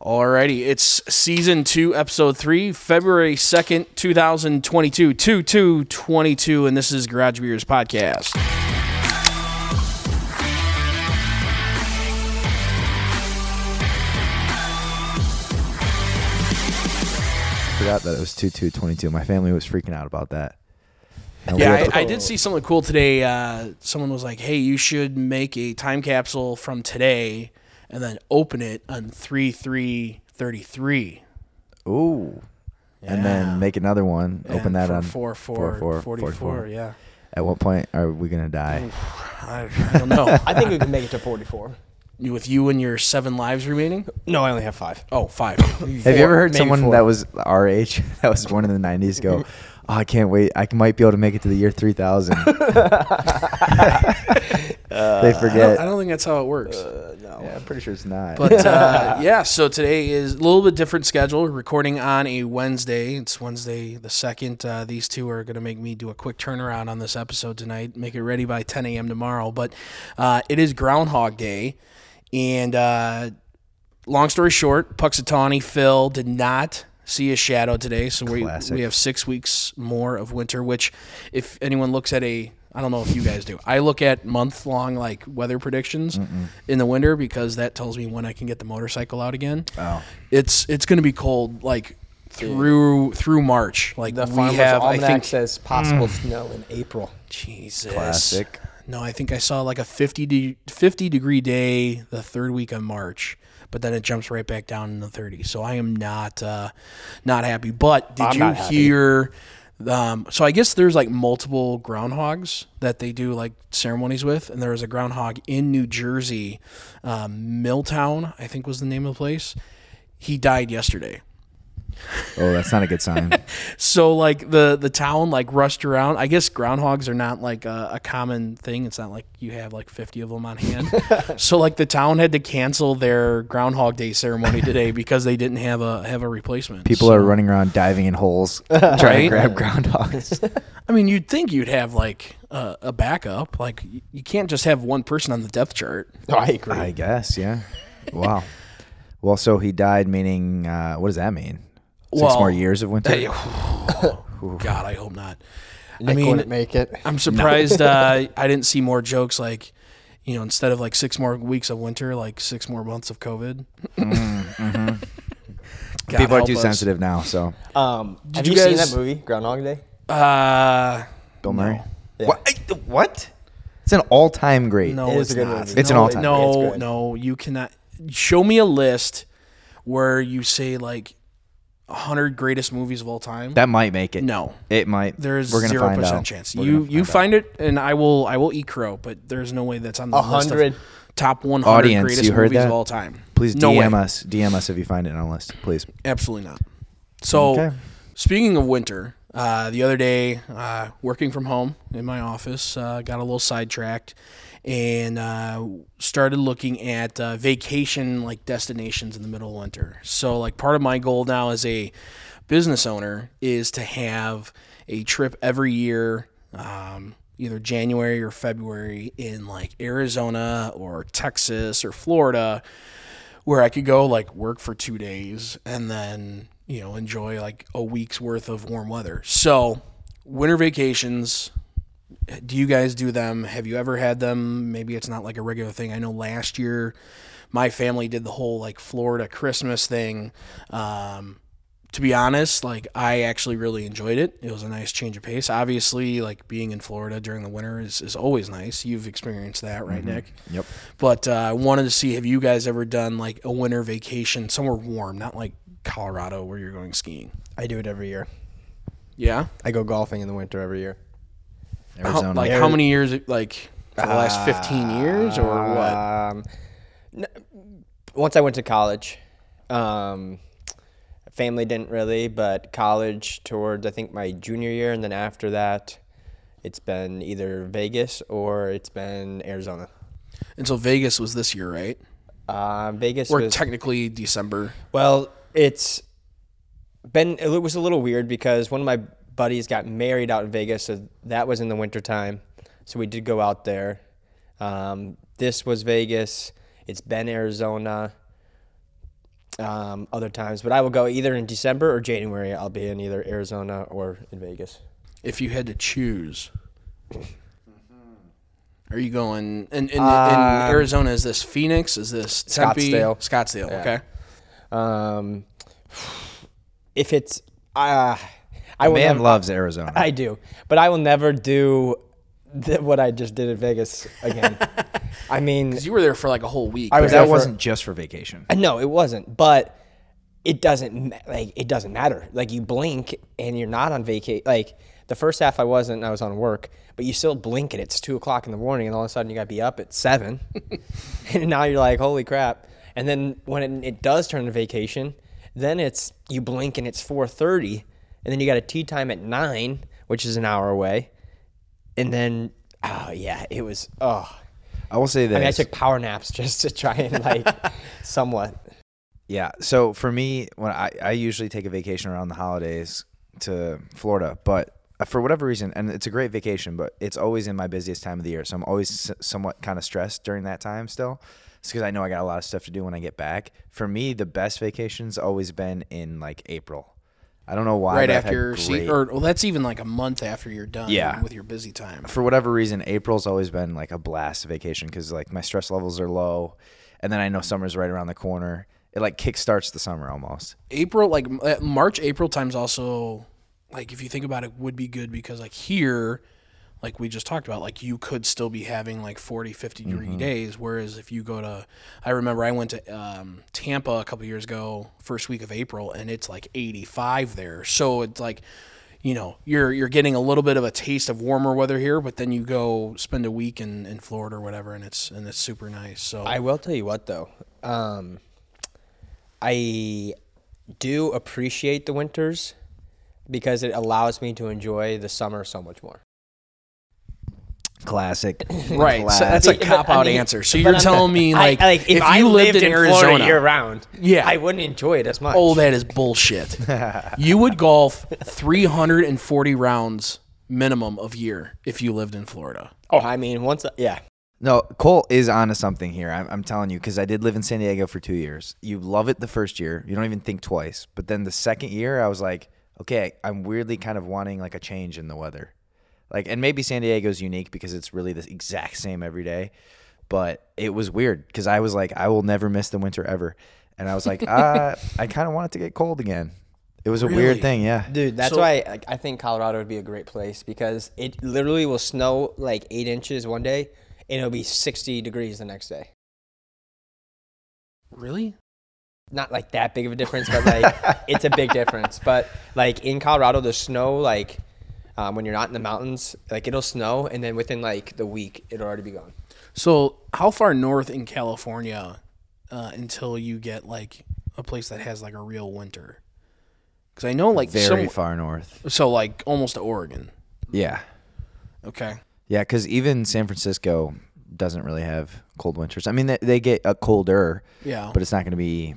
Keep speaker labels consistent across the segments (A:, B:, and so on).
A: Alrighty, it's season two, episode three, February 2nd, 2022, 2 2 22, and this is Garage Beers Podcast.
B: forgot that it was 2 2 22. My family was freaking out about that. And we
A: Yeah,
B: had to-
A: I, I did see something cool today. Uh, someone was like, hey, you should make a time capsule from today and then open it on 3 3 33.
B: ooh. And then make another one. open that on
A: 4 4
B: 44,
A: 44,
B: 44.
A: Yeah. Mm,
B: At what point are we going to die?
A: I, I don't know.
C: I think we can make it to 44.
A: You- With you and your seven lives remaining?
C: No, I only have five.
A: Oh, five.
B: Have you ever heard
C: maybe
B: someone
C: four.
B: that was our age, that was born in the 90s, go, oh, I can't wait. I might be able to make it to the year 3000. they
A: Uh, I don't, I
B: forget.
A: don't think that's how it
C: Uh,
A: works.
B: Yeah, I'm pretty sure it's not.
A: But uh, yeah, so today is a little bit different schedule. We're recording on a Wednesday. It's Wednesday the second. Uh, these two are going to make me do a quick turnaround on this episode tonight. Make it ready by 10 a.m. tomorrow. But uh, it is Groundhog Day, and uh, long story short, Puxatawny Phil did not see a shadow today, so we
B: Classic.
A: we have six weeks more of winter. Which, if anyone looks at a, I don't know if you guys do. I look at month long like weather predictions in the winter because that tells me when I can get the motorcycle out again.
B: Wow.
A: It's it's going to be cold like through through March. Like
C: The
A: we
C: farmer's
A: have, I
C: almanac
A: think.
C: says possible snow in April.
A: Jesus.
B: Classic.
A: No, I think I saw like a 50, de- 50 degree day the third week of March, but then it jumps right back down in the 30s. So I am not uh, not happy. But did
C: I'm
A: you
C: not happy.
A: hear? Um, so I guess there's like multiple groundhogs that they do like ceremonies with, and there was a groundhog in New Jersey, um, Milltown, I think was the name of the place. He died yesterday.
B: oh, that's not a good sign.
A: So like the the town like rushed around. I guess groundhogs are not like a, a common thing. It's not like you have like fifty of them on hand. so like the town had to cancel their Groundhog Day ceremony today because they didn't have a have a replacement.
B: People
A: So-
B: are running around diving in holes trying
A: Right?
B: to grab groundhogs.
A: I mean, you'd think you'd have like a, a backup. Like y- you can't just have one person on the depth chart.
C: No, Oh, I agree.
B: I guess, yeah. Wow. Well, so he died, meaning uh, what does that mean? Six
A: Well-
B: more years of winter.
A: God, I hope not.
C: Nick
A: I
C: wouldn't
A: mean,
C: make it.
A: I'm surprised uh, I didn't see more jokes like, you know, instead of like six more weeks of winter, like six more months of COVID. God
B: Mm, mm-hmm. People are
A: help
B: too
A: us.
B: sensitive now. So
C: Um, have
A: you
C: you,
A: guys-
C: seen that movie, Groundhog Day?
A: Uh,
B: Bill Murray.
C: Yeah.
B: What? I- what? It's an all-time great.
A: no,
C: It is
A: it's
C: a good
A: not.
C: movie.
B: It's an
A: No,
B: all-time.
A: No,
C: It's good.
A: no, you cannot. Show me a list where you say like 100 greatest movies of all time.
B: That might make it.
A: no.
B: It might.
A: There's
B: We're gonna
A: zero
B: find
A: percent
B: out.
A: chance.
B: We're
A: you
B: gonna
A: you
B: find out.
A: find it, and I will I will eat crow, but there's no way that's on the list of
C: 100.
A: top 100
B: Audience,
A: greatest
B: you heard
A: movies
B: that?
A: of all time.
B: Please
A: no
B: DM
A: way.
B: us. DM us if you find it on a list, please.
A: Absolutely not. So,
B: Okay.
A: speaking of winter, uh, the other day, uh, working from home in my office, uh, got a little sidetracked and uh, started looking at uh, vacation like destinations in the middle of winter. So, like, part of my goal now as a business owner is to have a trip every year. Um, either January or February in like Arizona or Texas or Florida where I could go like work for two days and then you know enjoy like a week's worth of warm weather. So winter vacations. Do you guys do them? Have you ever had them? Maybe it's not like a regular thing. I know last year my family did the whole like Florida Christmas thing. Um, to be honest, like I actually really enjoyed it. It was a nice change of pace. Obviously, like being in Florida during the winter is, is always nice. You've experienced that, right, Nick?
B: Yep.
A: But uh, I wanted to see have you guys ever done like a winter vacation somewhere warm, not like Colorado where you're going skiing?
C: I do it every year.
A: Yeah.
C: I go golfing in the winter every year.
B: Arizona.
A: How, like how many years? Like for the last 15 years or what?
C: Um, n- once I went to college, um, family didn't really, but college towards I think my junior year, and then after that, it's been either Vegas or it's been Arizona.
A: And so Vegas was this year, right?
C: Uh, Vegas
A: Or
C: was
A: technically December.
C: well, it's been it was a little weird because one of my buddies got married out in Vegas, so that was in the wintertime. So we did go out there. Um, this was Vegas. It's been Arizona. um, other times. But I will go either in December or January. I'll be in either Arizona or in Vegas.
A: If you had to choose, are you going? And in,
C: Um,
A: in Arizona, is this Phoenix? Is this Tempe?
C: Scottsdale.
A: Scottsdale. Okay.
C: Um, if it's uh, I will
B: Man
C: never-
B: loves Arizona.
C: I do, but I will never do th- what I just did in Vegas again. I mean,
A: 'Cause you were there for like a whole week.
C: I
B: But
C: was there
B: that
C: for-
B: wasn't just for vacation.
C: Uh, No, it wasn't. But it doesn't ma- like it doesn't matter. Like you blink and you're not on vacation. Like the first half I wasn't. I was on work, but you still blink and it's two o'clock in the morning, and all of a sudden you got to be up at seven, and now you're like, holy crap. And then when it, it does turn to vacation, then it's you blink and it's four thirty, and then you got a tea time at nine, which is an hour away, and then oh yeah, it was oh.
B: I will say this.
C: I mean, I took power naps just to try and like somewhat.
B: Yeah. So for me, when I, I usually take a vacation around the holidays to Florida, but uh, for whatever reason, and it's a great vacation, but it's always in my busiest time of the year. So I'm always s- somewhat kind of stressed during that time still. It's because I know I got a lot of stuff to do when I get back. For me, the best vacation's always been in like April. I don't know why.
A: right
B: but I've
A: after
B: had
A: your se-
B: great-
A: or well, that's even like a month after you're done.
B: Yeah.
A: With your busy time.
B: for whatever reason, April's always been like a blast vacation because like my stress levels are low, and then I know summer's right around the corner. It like kickstarts the summer almost.
A: April, like m- uh, March, April times also, like if you think about it, would be good because like here, like we just talked about, like you could still be having like 40, 50 degree days. Whereas if you go to, I remember I went to um, Tampa a couple years ago, first week of April, and it's like 85 there. So it's like, you know, you're you're getting a little bit of a taste of warmer weather here, but then you go spend a week in, in Florida or whatever, and it's and it's super nice. So
C: I will tell you what though, um, I do appreciate the winters because it allows me to enjoy the summer so much more.
B: Classic.
A: right, so that's a
C: But-
A: cop
C: I
A: out
C: mean-
A: answer. So
C: but
A: you're
C: I'm-
A: telling me
C: I-
A: like, if, you lived, in, Arizona,
C: year round,
A: Yeah.
C: I wouldn't enjoy it as much.
A: oh, that is bullshit. you would golf 340 rounds minimum of year if you lived in Florida.
C: oh, I mean, once I- yeah,
B: No, Cole is onto something here. I'm, I'm telling you because I did live in San Diego for two years. You love it the first year. You don't even think twice. But then the second year, I was like, okay, I'm weirdly kind of wanting like a change in the weather. Like, and maybe San Diego's unique because it's really the exact same every day. But it was weird because I was like, I will never miss the winter ever. And I was like, uh, I kind of want it to get cold again. It was a
A: Really?
B: weird thing, yeah.
C: dude, that's
A: So-
C: why I, I think Colorado would be a great place because it literally will snow like eight inches one day and it'll be sixty degrees the next day.
A: Really?
C: not like that big of a difference, but like it's a big difference. But like in Colorado, the snow like um, when you're not in the mountains, like it'll snow, and then within like the week, it'll already be gone.
A: So how far north in California uh, until you get like a place that has like a real winter? Because I know like
B: Very
A: some,
B: far north.
A: so like almost to Oregon.
B: Yeah.
A: Okay.
B: Yeah, because even San Francisco doesn't really have cold winters. I mean, they, they get a colder,
A: Yeah.
B: but it's not going to be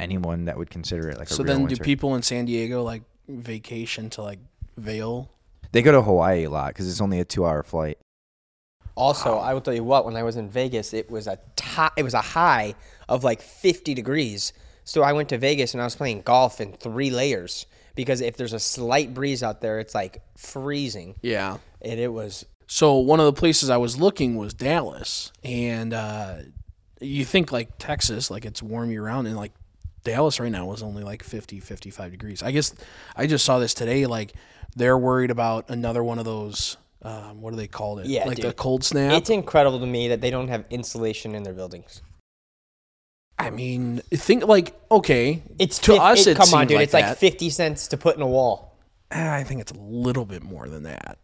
B: anyone that would consider it like
A: so
B: a real
A: then,
B: winter.
A: do people in San Diego like vacation to like Vail?
B: they go to Hawaii a lot because it's only a two-hour flight.
C: Also, I will tell you what. When I was in Vegas, it was a ti it was a high of like 50 degrees. So I went to Vegas and I was playing golf in three layers because if there's a slight breeze out there, it's like freezing,
A: Yeah.
C: and it was
A: So one of the places I was looking was Dallas, and uh, you think like Texas, like it's warm year round, and like Dallas right now is only like 50, 55 degrees. I guess I just saw this today. Like they're worried about another one of those. Um, what do they call it?
C: Yeah,
A: like the
C: dude.
A: cold snap.
C: it's incredible to me that they don't have insulation in their buildings.
A: I mean, think like okay,
C: It's
A: to
C: fif-
A: us. It,
C: come on,
A: seemed
C: dude.
A: Like
C: it's like
A: that.
C: fifty cents to put in a wall.
A: Ah, I think it's a little bit more than that.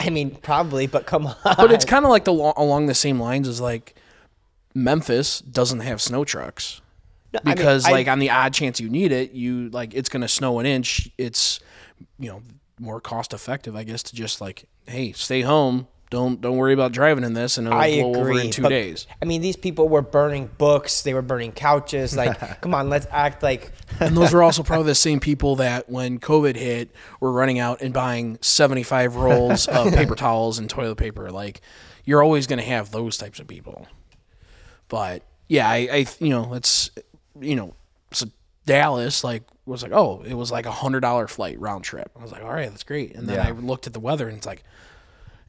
C: I mean, probably, but come on.
A: But it's kind of like the lo- along the same lines as like Memphis doesn't have snow trucks.
C: No, I mean,
A: because
C: I-
A: like on the odd chance you need it, you like it's going to snow an inch. It's you know more cost effective, I guess, to just like hey, stay home. Don't don't worry about driving in this, and it'll
C: I
A: blow
C: agree.
A: over in two
C: but-
A: days.
C: I mean, these people were burning books. They were burning couches. Like, come on, let's act like.
A: And those are also probably the same people that when COVID hit were running out and buying seventy five rolls of paper towels and toilet paper. Like you're always going to have those types of people. But yeah, I, I you know it's you know Dallas, like was like, oh, it was like a hundred dollar flight round trip. I was like, all right, that's great. And then
B: Yeah.
A: I looked at the weather and it's like,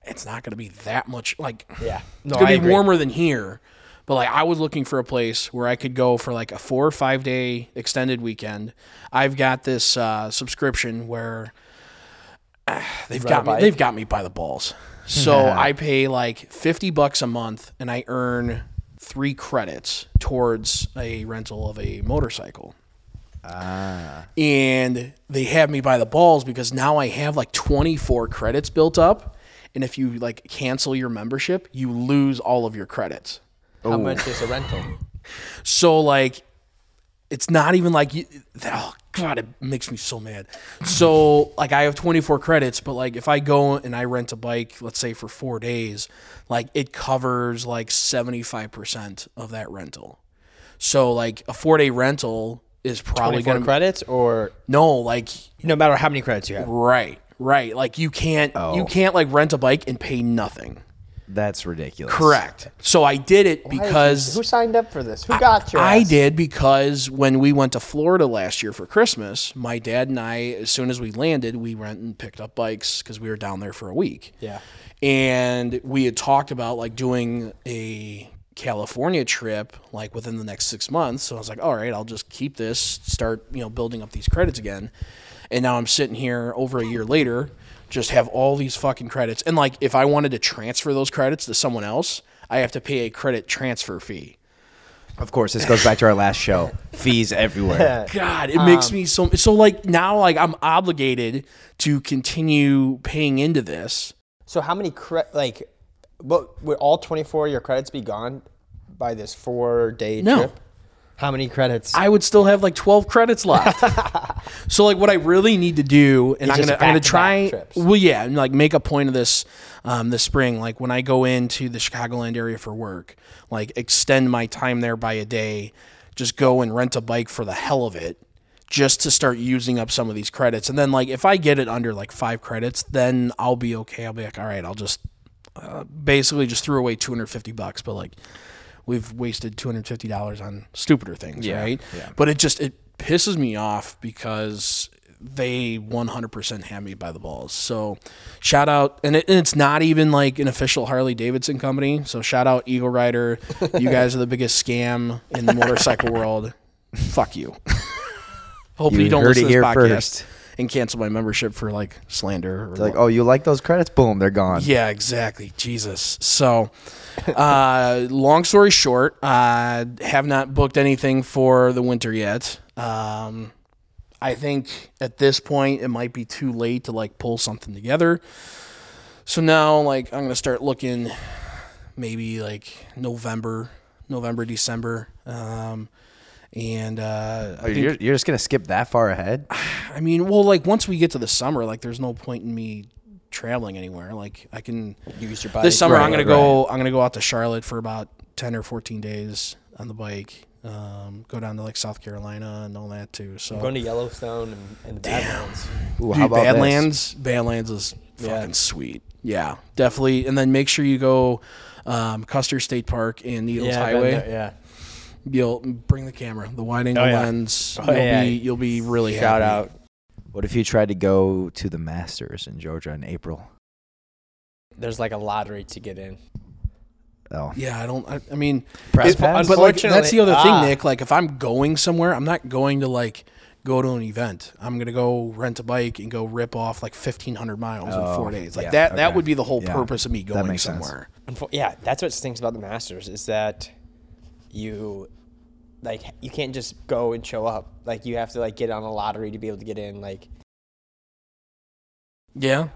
A: it's not going to be that much. Like,
C: Yeah.
A: it's
C: No,
A: going
C: I
A: to be
C: agree.
A: warmer than here. But like, I was looking for a place where I could go for like a four or five day extended weekend. I've got this uh, subscription where they've
C: Rent a
A: got me.
C: bike.
A: They've got me by the balls. So I pay like fifty bucks a month, and I earn three credits towards a rental of a motorcycle. Ah. And they have me by the balls because now I have like twenty four credits built up, and if you like cancel your membership, you lose all of your credits.
C: How much is a rental?
A: So like, it's not even like you, oh god, it makes me so mad. So like, I have 24 credits, but like if I go and I rent a bike, let's say for four days, like it covers like 75 percent of that rental. So like a four day rental is probably
C: Twenty-four
A: going to
C: credits, or
A: Um, no like
C: no matter how many credits you have.
A: right right like you can't you can't like rent a bike and pay nothing.
B: That's ridiculous.
A: Correct. So I did it because
C: who signed up for this? Who got you?
A: I did because when we went to Florida last year for Christmas, my dad and I, as soon as we landed, we went and picked up bikes because we were down there for a week.
C: Yeah.
A: And we had talked about like doing a California trip like within the next six months. So I was like, all right, I'll just keep this, start, you know, building up these credits again. And now I'm sitting here over a year later, just have all these fucking credits. And like if I wanted to transfer those credits to someone else, I have to pay a credit transfer fee.
B: Of course, this goes back to our last show. Fees everywhere.
A: God, it
C: Um,
A: makes me so so like now like I'm obligated to continue paying into this.
C: So how many cre- like, what would all twenty-four of your credits be gone by this four-day
A: No.
C: trip? How many credits?
A: I would still have like 12 credits left. so like what I really need to do and I'm
C: just
A: going to I'm going to try
C: back-to-back trips.
A: well yeah, and like make a point of this um, this spring like when I go into the Chicagoland area for work, like extend my time there by a day, just go and rent a bike for the hell of it just to start using up some of these credits. And then like if I get it under like 5 credits, then I'll be okay. I'll be like all right, I'll just basically just threw away 250 bucks but like we've wasted $250 on stupider things right but it just it pisses me off because they 100% had me by the balls so shout out and, it, and it's not even like an official harley davidson company so shout out eagle rider you guys are the biggest scam in the motorcycle world fuck you hopefully you,
B: You
A: don't
B: heard
A: listen to
B: it
A: this
B: here
A: podcast
B: first.
A: and cancel my membership for like slander or
B: like, oh, you like those credits? Boom, they're gone.
A: yeah, exactly. Jesus. So, uh, long story short, uh, have not booked anything for the winter yet. Um, I think at this point it might be too late to like pull something together. So now, like, I'm gonna start looking maybe like November, November, December. Um, and uh, I,
B: Oh, You're, you're just gonna skip that far ahead?
A: I mean, well, like once we get to the summer, like there's no point in me traveling anywhere. Like I can
C: Use your bike.
A: this summer i'm
B: Right,
A: gonna go i'm gonna go out to charlotte for about 10 or 14 days on the bike um, go down to like south carolina and all that too so
C: going to Yellowstone and, and the Badlands.
B: Ooh,
A: Dude,
B: how about this?
A: badlands badlands is fucking sweet yeah definitely and then make sure you go um, custer state park and needles
C: I've been
A: highway
C: there, yeah.
A: you'll bring the camera the wide angle
C: yeah.
A: lens
C: Oh,
A: you'll,
C: yeah.
A: Be, you'll be really
C: Shout
A: happy.
C: out.
B: What if you tried to go to the Masters in Georgia in April?
C: There's like a lottery to get in.
B: Oh,
A: yeah i don't i, I mean
B: press
A: It-
B: pass.
A: But like, that's the other
C: ah.
A: thing, Nick. Like, if I'm going somewhere, I'm not going to like go to an event. I'm gonna go rent a bike and go rip off like 1,500 miles in four days. Like
B: Oh, yeah,
A: that. That
B: okay.
A: would be the whole
B: Yeah,
A: purpose of me going
B: makes sense.
A: somewhere.
C: Unfo- yeah, that's what stinks about the Masters is that you like you can't just go and show up. Like you have to like get on a lottery to be able to get in. Like
A: Yeah.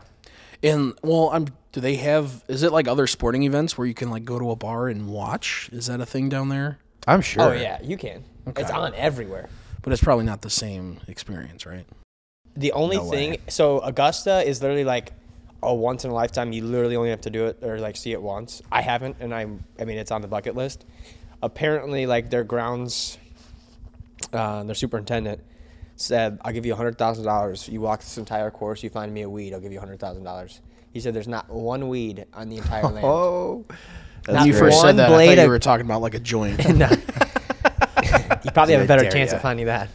A: And well, I'm. Do they have? Is it like other sporting events where you can like go to a bar and watch? Is that a thing down there?
B: I'm sure.
C: oh yeah, you can.
A: Okay.
C: It's on everywhere.
A: But it's probably not the same experience, right?
C: The only
B: No
C: thing
B: way.
C: so Augusta is literally like a once in a lifetime. You literally only have to do it or like see it once. I haven't, and I am I mean it's on the bucket list. Apparently, like their grounds, uh, their superintendent said, "I'll give you hundred thousand dollars. You walk this entire course, you find me a weed. I'll give you hundred thousand dollars." He said, "There's not one weed on the entire land."
B: Oh,
C: Not
A: When you first
C: one
A: said that, I
C: blade
A: thought you
C: of-
A: were talking about like a joint.
C: No. you probably have a better
B: dare
C: chance
B: ya.
C: at finding that.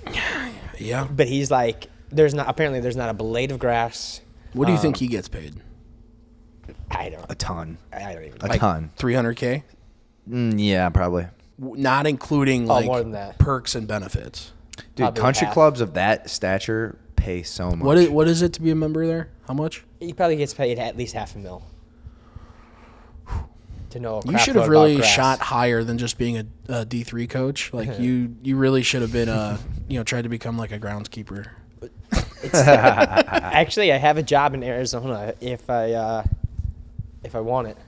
A: Yeah.
C: But he's like, there's not apparently there's not a blade of grass.
A: What do
B: Um,
A: you think he gets paid?
C: I don't.
B: A ton.
C: I don't even.
B: A ton.
A: 300k,
B: Mm, yeah, probably.
A: W- not including like
C: Oh, more than that.
A: perks and benefits.
B: Dude,
C: Probably
B: country
C: half.
B: clubs of that stature pay so much.
A: What is, what is it to be a member there? How much?
C: He probably gets paid at least half a mil. To know. a
A: You
C: crap
A: should
C: load
A: have
C: about
A: really
C: grass.
A: shot higher than just being a, a D three coach. Like you, you really should have been a you know tried to become like a groundskeeper.
C: Actually, I have a job in Arizona if I uh, if I want it.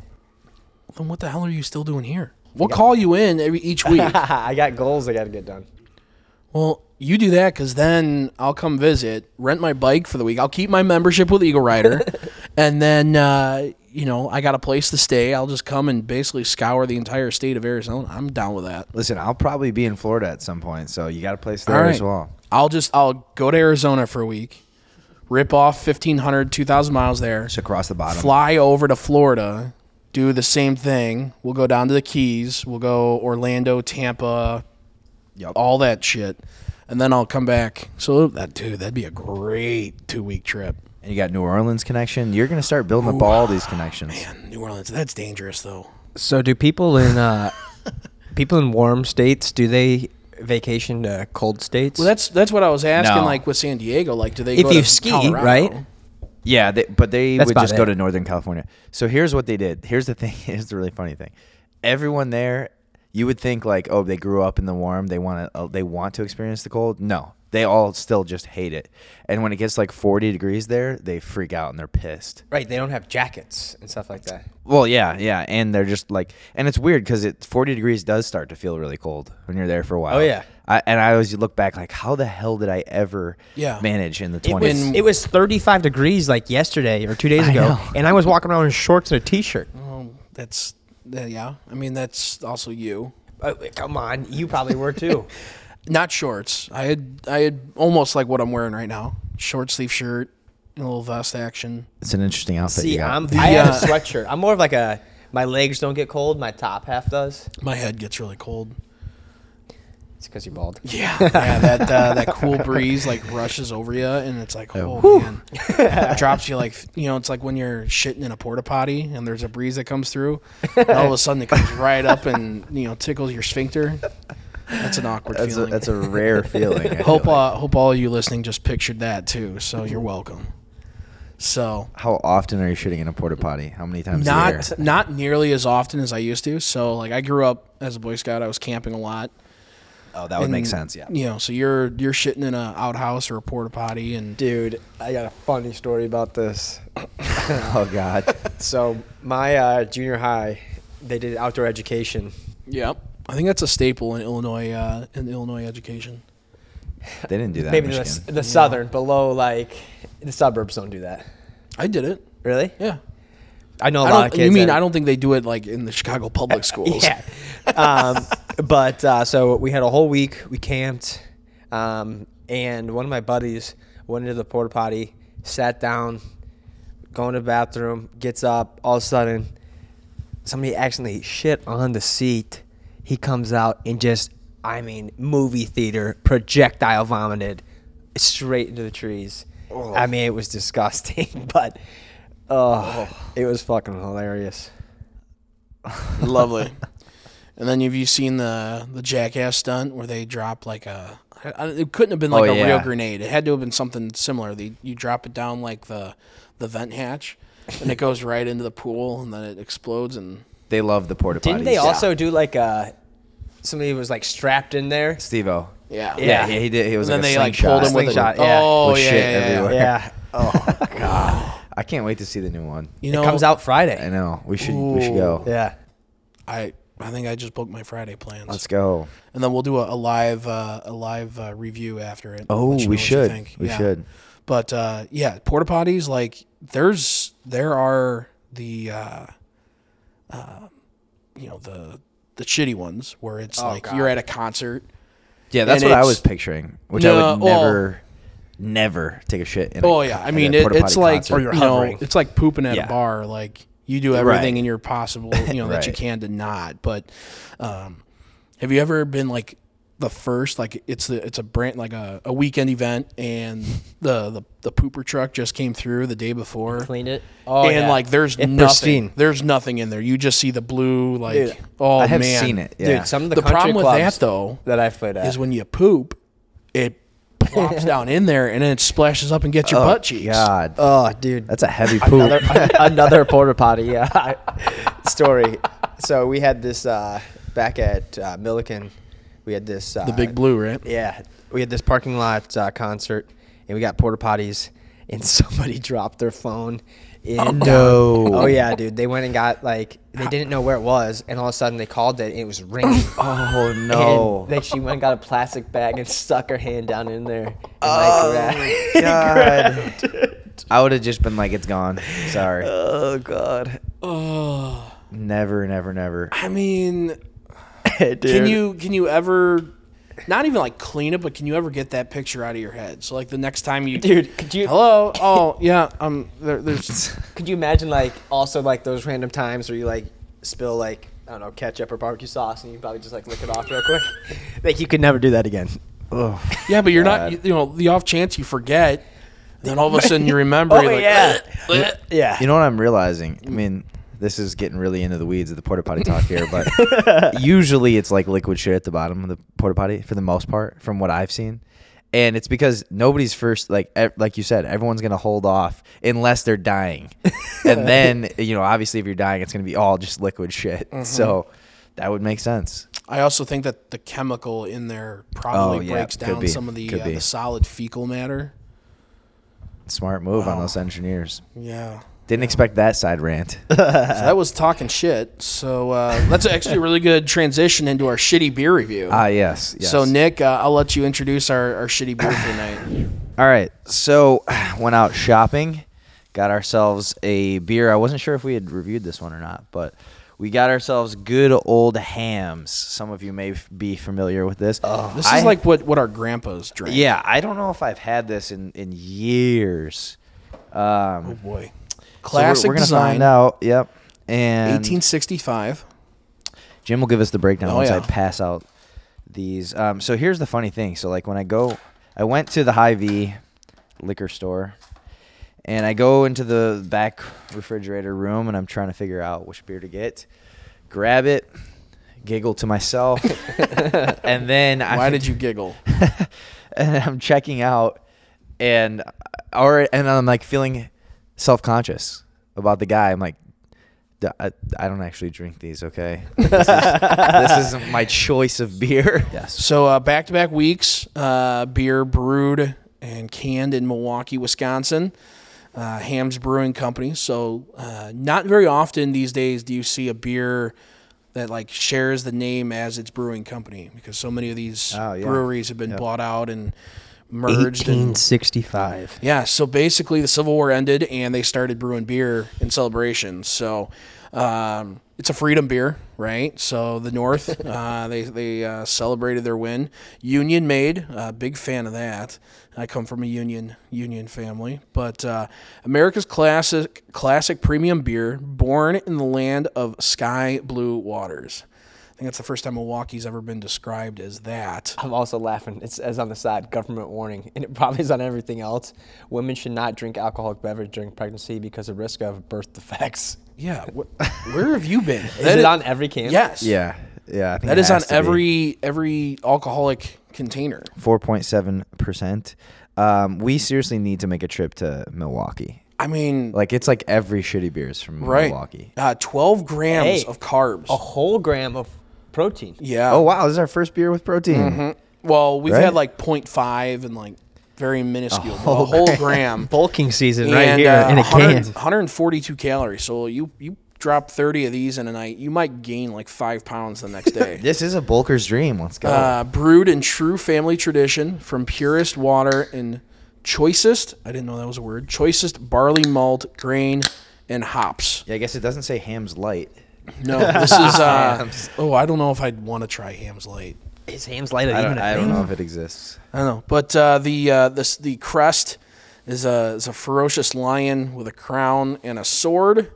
A: Then what the hell are you still doing here? We'll call you in every each week.
C: I got goals I got to get done.
A: well, you do that because then I'll come visit, rent my bike for the week. I'll keep my membership with Eagle Rider, and then uh, you know I got a place to stay. I'll just come and basically scour the entire state of Arizona. I'm down with that.
B: Listen, I'll probably be in Florida at some point, so you got a place there
A: All right.
B: as well.
A: I'll just I'll go to Arizona for a week, rip off 1,500, 2,000 miles there.
B: Just across the bottom.
A: fly over to Florida, do the same thing. We'll go down to the Keys. We'll go Orlando, Tampa,
B: Yup.
A: all that shit, and then I'll come back. So that dude, that'd be a great two week trip.
B: And you got New Orleans connection. You're gonna start building up all these connections.
A: New Orleans, that's dangerous though.
C: So do people in uh, people in warm states do they vacation to cold states?
A: Well, that's that's what I was asking.
B: No.
A: Like with San Diego, like do they
C: If
A: go to
C: you ski,
A: Colorado?
C: right?
B: Yeah, they, but they
C: That's
B: would
C: about
B: just go
C: it.
B: to Northern California. So here's what they did. Here's the thing. Here's the really funny thing. Everyone there, you would think like, oh, they grew up in the warm. They want to. They want to experience the cold. No, they all still just hate it. And when it gets like 40 degrees there, they freak out and they're pissed.
C: right. They don't have jackets and stuff like that.
B: Well, yeah, yeah, and they're just like, and it's weird because it 40 degrees does start to feel really cold when you're there for a while.
C: Oh, yeah.
B: I, and I always look back like, how the hell did I ever
A: Yeah.
B: manage in the
C: It was
B: 20s?
C: it was 35 degrees like yesterday or two days ago,
B: know.
C: and I was walking around in shorts and a t-shirt.
A: Well, that's uh, yeah. I mean, that's also you.
C: Uh, come on, you probably were too.
A: Not shorts. I had I had almost like what I'm wearing right now. Short sleeve shirt, and a little vest action.
B: it's an interesting outfit. you
C: See,
B: got.
C: I'm
A: The,
C: I have
A: uh,
C: a sweatshirt. I'm more of like a my legs don't get cold, my top half does.
A: My head gets really cold.
C: It's because you're bald.
A: Yeah, yeah, that uh, that cool breeze like rushes over you, and it's like, oh man, It drops you like you know, it's like when you're shitting in a porta potty, and there's a breeze that comes through, and all of a sudden it comes right up and you know tickles your sphincter. That's an awkward
B: that's, a,
A: feeling.
B: that's a rare feeling. I feel
A: hope
B: like.
A: uh, hope all you listening just pictured that too. So you're welcome. So
B: How often are you shitting in a porta potty? How many times? a year?
A: not not nearly as often as I used to. So like I grew up as a Boy Scout, I was camping a lot.
B: Oh, that would make
A: And,
B: sense. Yeah.
A: You know, so you're you're shitting in a outhouse or a porta potty, and
C: Dude, I got a funny story about this.
B: Oh God.
C: So my uh, junior high, they did outdoor education.
A: Yep. I think that's a staple in Illinois uh, in Illinois education.
B: They didn't do that.
C: Maybe
B: in
C: the, s-
B: Michigan.
C: the southern, below like the suburbs don't do that.
A: I did it.
C: Really?
A: Yeah.
C: I know a
A: I
C: lot of
A: don't,
C: kids.
A: you mean
C: that-
A: I don't think they do it like in the Chicago public schools?
C: Yeah. um, but uh, so we had a whole week. We camped, um, and one of my buddies went into the porta potty, sat down, going to the bathroom, gets up. All of a sudden, somebody accidentally shit on the seat. He comes out and just, I mean, movie theater projectile vomited straight into the trees. I mean, it was disgusting, but oh, it was fucking hilarious.
A: Lovely. And then have you seen the the jackass stunt where they drop like a I- I- it couldn't have been like
B: Oh,
A: a real
B: yeah.
A: grenade. It had to have been something similar. They, you drop it down like the the vent hatch and it goes right into the pool and then it explodes and
B: They love the porta potties.
C: Didn't they also do like a somebody was like strapped in there?
B: Steve-O.
A: yeah.
B: Yeah,
C: Yeah.
B: he, he did. He was
A: And then
B: like a
A: they like
B: slingshot.
A: pulled him with a
C: Slingshot, yeah.
A: Oh
B: With
A: yeah,
B: shit
A: yeah, yeah.
B: everywhere.
C: Yeah. Oh,
B: I can't wait to see the new one.
A: You know,
C: it comes out
B: I
C: Friday.
B: know. We should. We should go.
C: Yeah.
A: I I think I just booked my Friday plans.
B: Let's go.
A: and then we'll do a, a live uh, a live uh, review after it. Let
B: Oh,
A: you know
B: we
A: what you
B: should.
A: think.
B: We should.
A: But uh, yeah, porta potties like there's there are the uh, uh, you know the the shitty ones where it's like you're at a concert.
B: Yeah, that's
A: And
B: what I
A: it's-
B: was picturing, which I
A: No,
B: would
A: well-
B: never, never take a shit. In a
A: Oh yeah,
B: co-
A: I
B: at a
A: mean it,
B: porta
A: it's
B: potty
A: like
B: concert.
A: you know
C: hovering.
A: it's like pooping at
B: Yeah.
A: a bar. Like you do everything
B: Right.
A: in your possible you know that you
B: Right.
A: can to not. But um, have you ever been like the first, like it's the it's a brand like a, a weekend event, and the, the the pooper truck just came through the day before. Oh,
C: Cleaned it. Oh,
A: and like there's
C: It's
A: nothing.
C: pristine.
A: There's nothing in there. You just see the blue, like
C: Dude,
A: oh
B: I have
A: man.
B: seen it. Yeah.
C: Dude, some of the,
A: The
C: country
A: problem with
C: clubs
A: that, though,
C: that I've played at.
A: Is when you poop, it plops down in there and then it splashes up and gets your butt cheeks.
B: God,
C: oh, dude,
B: that's a heavy poop.
C: another, another porta potty yeah story so we had this uh, back at uh, milliken we had this uh,
A: The big blue, right?
C: yeah we had this parking lot uh, concert and we got porta potties and somebody dropped their phone in oh,
B: no.
C: oh yeah dude they went and got like they didn't know where it was and all of a sudden they called it and it was ringing
B: oh
C: Oh.
B: no.
C: And then she went and got a plastic bag and stuck her hand down in there. And oh,
B: God. I would have just been like, it's gone. Sorry.
C: oh god.
A: Oh,
B: Never, never, never.
A: I mean,
C: Dude.
A: can you can you ever? Not even like clean it, but can you ever get that picture out of your head? So like the next time you,
C: dude could you
A: hello, oh yeah, um, there, there's
C: could you imagine like also like those random times where you like spill like i don't know ketchup or barbecue sauce and you probably just like lick it off real quick like you could never do that again
B: Ugh.
A: yeah, but you're not, you, you know, the off chance you forget, then all of a sudden you remember.
C: Oh,
A: you're like,
C: yeah.
A: "Ugh, ugh."
C: yeah
B: You know what I'm realizing? I mean, this is getting really into the weeds of the porta potty talk here, but usually it's like liquid shit at the bottom of the porta potty for the most part, from what I've seen. And it's because nobody's first, like ev- like you said, everyone's gonna hold off unless they're dying, and then you know, obviously, if you're dying, it's gonna be all just liquid shit.
A: Mm-hmm.
B: So that would make sense.
A: I also think that the chemical in there probably
B: Oh, yeah,
A: breaks
B: could
A: down
B: be,
A: some of the,
B: could
A: uh,
B: be.
A: the solid fecal matter.
B: Smart move on those engineers.
A: Yeah.
B: Didn't expect that side rant.
A: So that was talking shit. So uh, that's actually a really good transition into our shitty beer review.
B: ah, yes, yes.
A: So Nick, uh, I'll let you introduce our, our shitty beer for tonight.
B: All right. So went out shopping, got ourselves a beer. I wasn't sure if we had reviewed this one or not, but we got ourselves good old hams. Some of you may f- be familiar with this. Oh,
A: This is like what, what our grandpas drank.
B: yeah. I don't know if I've had this in in years.
A: Oh
B: Um,
A: boy.
B: so we're-
A: Classic
B: we're, gonna
A: design.
B: find out. Yep. And
A: 1865.
B: Jim will give us the breakdown
A: Oh,
B: once I
A: yeah.
B: pass out these. Um, so here's the funny thing. So like when I go, I went to the High V liquor store, and I go into the back refrigerator room, and I'm trying to figure out which beer to get. Grab it, giggle to myself, and then I,
A: Why did you giggle?
B: and I'm checking out, and or and I'm like feeling self conscious about the guy. I'm like, "D- I, I don't actually drink these. Okay, this is, this is my choice of beer. Yes.
A: So uh, back-to-back weeks, uh, beer brewed and canned in Milwaukee, Wisconsin, uh, Hams Brewing Company. So uh, not very often these days do you see a beer that like shares the name as its brewing company because so many of these
B: Oh, yeah.
A: breweries have been bought out and merged. And,
C: 1865
A: yeah, so basically the Civil War ended and they started brewing beer in celebration. So um, it's a freedom beer, right? So the North, uh, they, they uh, celebrated their win. Union made, uh, big fan of that. I come from a union union family, but uh, America's classic classic premium beer, born in the land of sky blue waters. I think that's the first time Milwaukee's ever been described as that.
C: i'm also laughing it says on the side government warning and it probably is on everything else women should not drink alcoholic beverage during pregnancy because of risk of birth defects
A: Yeah, wh- where have you been?
C: is it on every can
A: Yes.
B: Yeah. Yeah. I think
A: That is on every every alcoholic container.
B: four point seven percent. Um, we seriously need to make a trip to Milwaukee.
A: I mean,
B: Like it's like every shitty beer is from
A: right?
B: Milwaukee.
A: Uh, Twelve grams
C: Hey.
A: of carbs.
C: a whole gram of protein
A: Yeah.
B: Oh wow, this is our first beer with protein.
A: Mm-hmm. Well, we've
B: Right?
A: had like 0.5 and like very minuscule, a whole, a whole gram.
C: bulking season
A: and, uh, 100 142 calories. So you you drop 30 of these in a night, you might gain like five pounds the next day.
B: This is a bulker's dream. Let's go.
A: Uh, brewed in true family tradition from purest water and choicest, I didn't know that was a word, choicest barley malt, grain, and hops.
B: yeah, I guess it doesn't say hams light.
A: No, this is. Uh, oh, I don't know if I'd want to try hams light.
C: His ham's lighter
B: I
C: even
B: don't,
C: a
B: I
C: thing?
B: don't know if it exists.
A: I don't know, but uh, the uh, this the crest is a is a ferocious lion with a crown and a sword,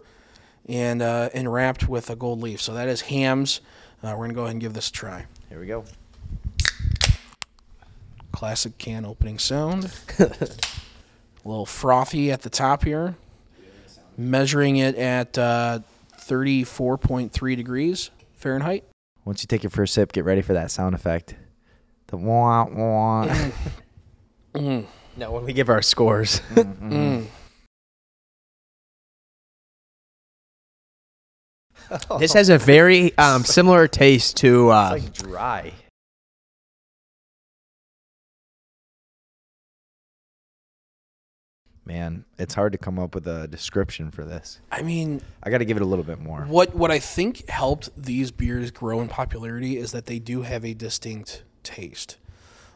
A: and uh, and wrapped with a gold leaf. So that is hams. Uh, we're gonna go ahead and give this a try.
B: Here we go.
A: Classic can opening sound. A little frothy at the top here. Measuring it at uh, 34.3 degrees Fahrenheit.
B: Once you take your first sip, get ready for that sound effect. The wah wah.
C: Mm, Now, when we give our scores,
A: Mm.
B: Oh,
C: this has a very um, similar taste to. Uh,
B: dry. Man, it's hard to come up with a description for this.
A: I mean,
B: I got to give it a little bit more.
A: What what I think helped these beers grow in popularity is that they do have a distinct taste.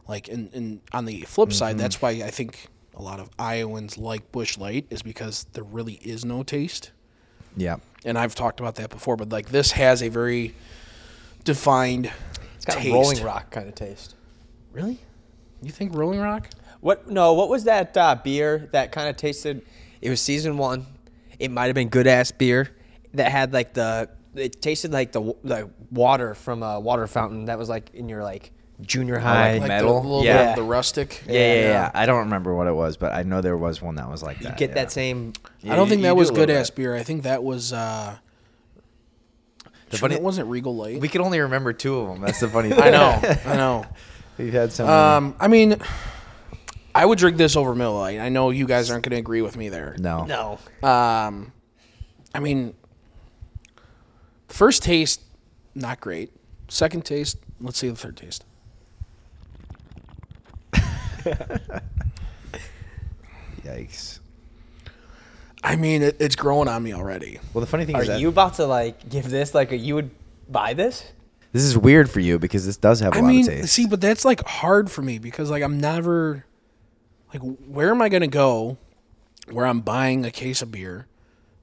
A: Like and, and on the flip
B: Mm-hmm.
A: side, that's why I think a lot of Iowans like Bush Light is because there really is no taste.
B: Yeah.
A: And I've talked about that before, but like this has a very defined
C: it's got
A: taste.
C: a Rolling Rock kind of taste.
A: Really? You think Rolling Rock?
C: What? No, what was that uh, beer that kind of tasted? It was season one. It might have been good ass beer that had like the. It tasted like the w- the water from a water fountain that was like in your like junior high.
B: like
A: Like
B: Metal?
A: The, a little bit
C: Yeah.
A: of the rustic.
B: Yeah, yeah, yeah. I don't remember what it was, but I know there was one that was like
C: you
B: that.
C: get
B: yeah.
C: that same. uh,
B: Yeah,
A: I don't
B: you-
A: think
B: you
A: that
B: do
A: was
B: a little
A: good ass
B: bit.
A: beer. I think that was uh
B: funny-
A: it wasn't Regal Light.
B: We could only remember two of them. That's the funny thing.
A: I know. I know.
B: We've had some.
C: Uh,
A: Um, I mean, I would drink this over Miller Lite. I know you guys aren't going to agree with me there.
B: no.
C: No.
A: Um, I mean, first taste, not great. Second taste, let's see the third taste.
B: Yikes.
A: I mean, it, it's growing on me already.
B: Well, the funny thing
C: Are
B: is that
C: you about to like give this like a, you would buy this?
B: this is weird for you because this does have a
A: I
B: lot
A: mean,
B: of taste.
A: see, but that's like hard for me because like I'm never, like, where am I going to go where I'm buying a case of beer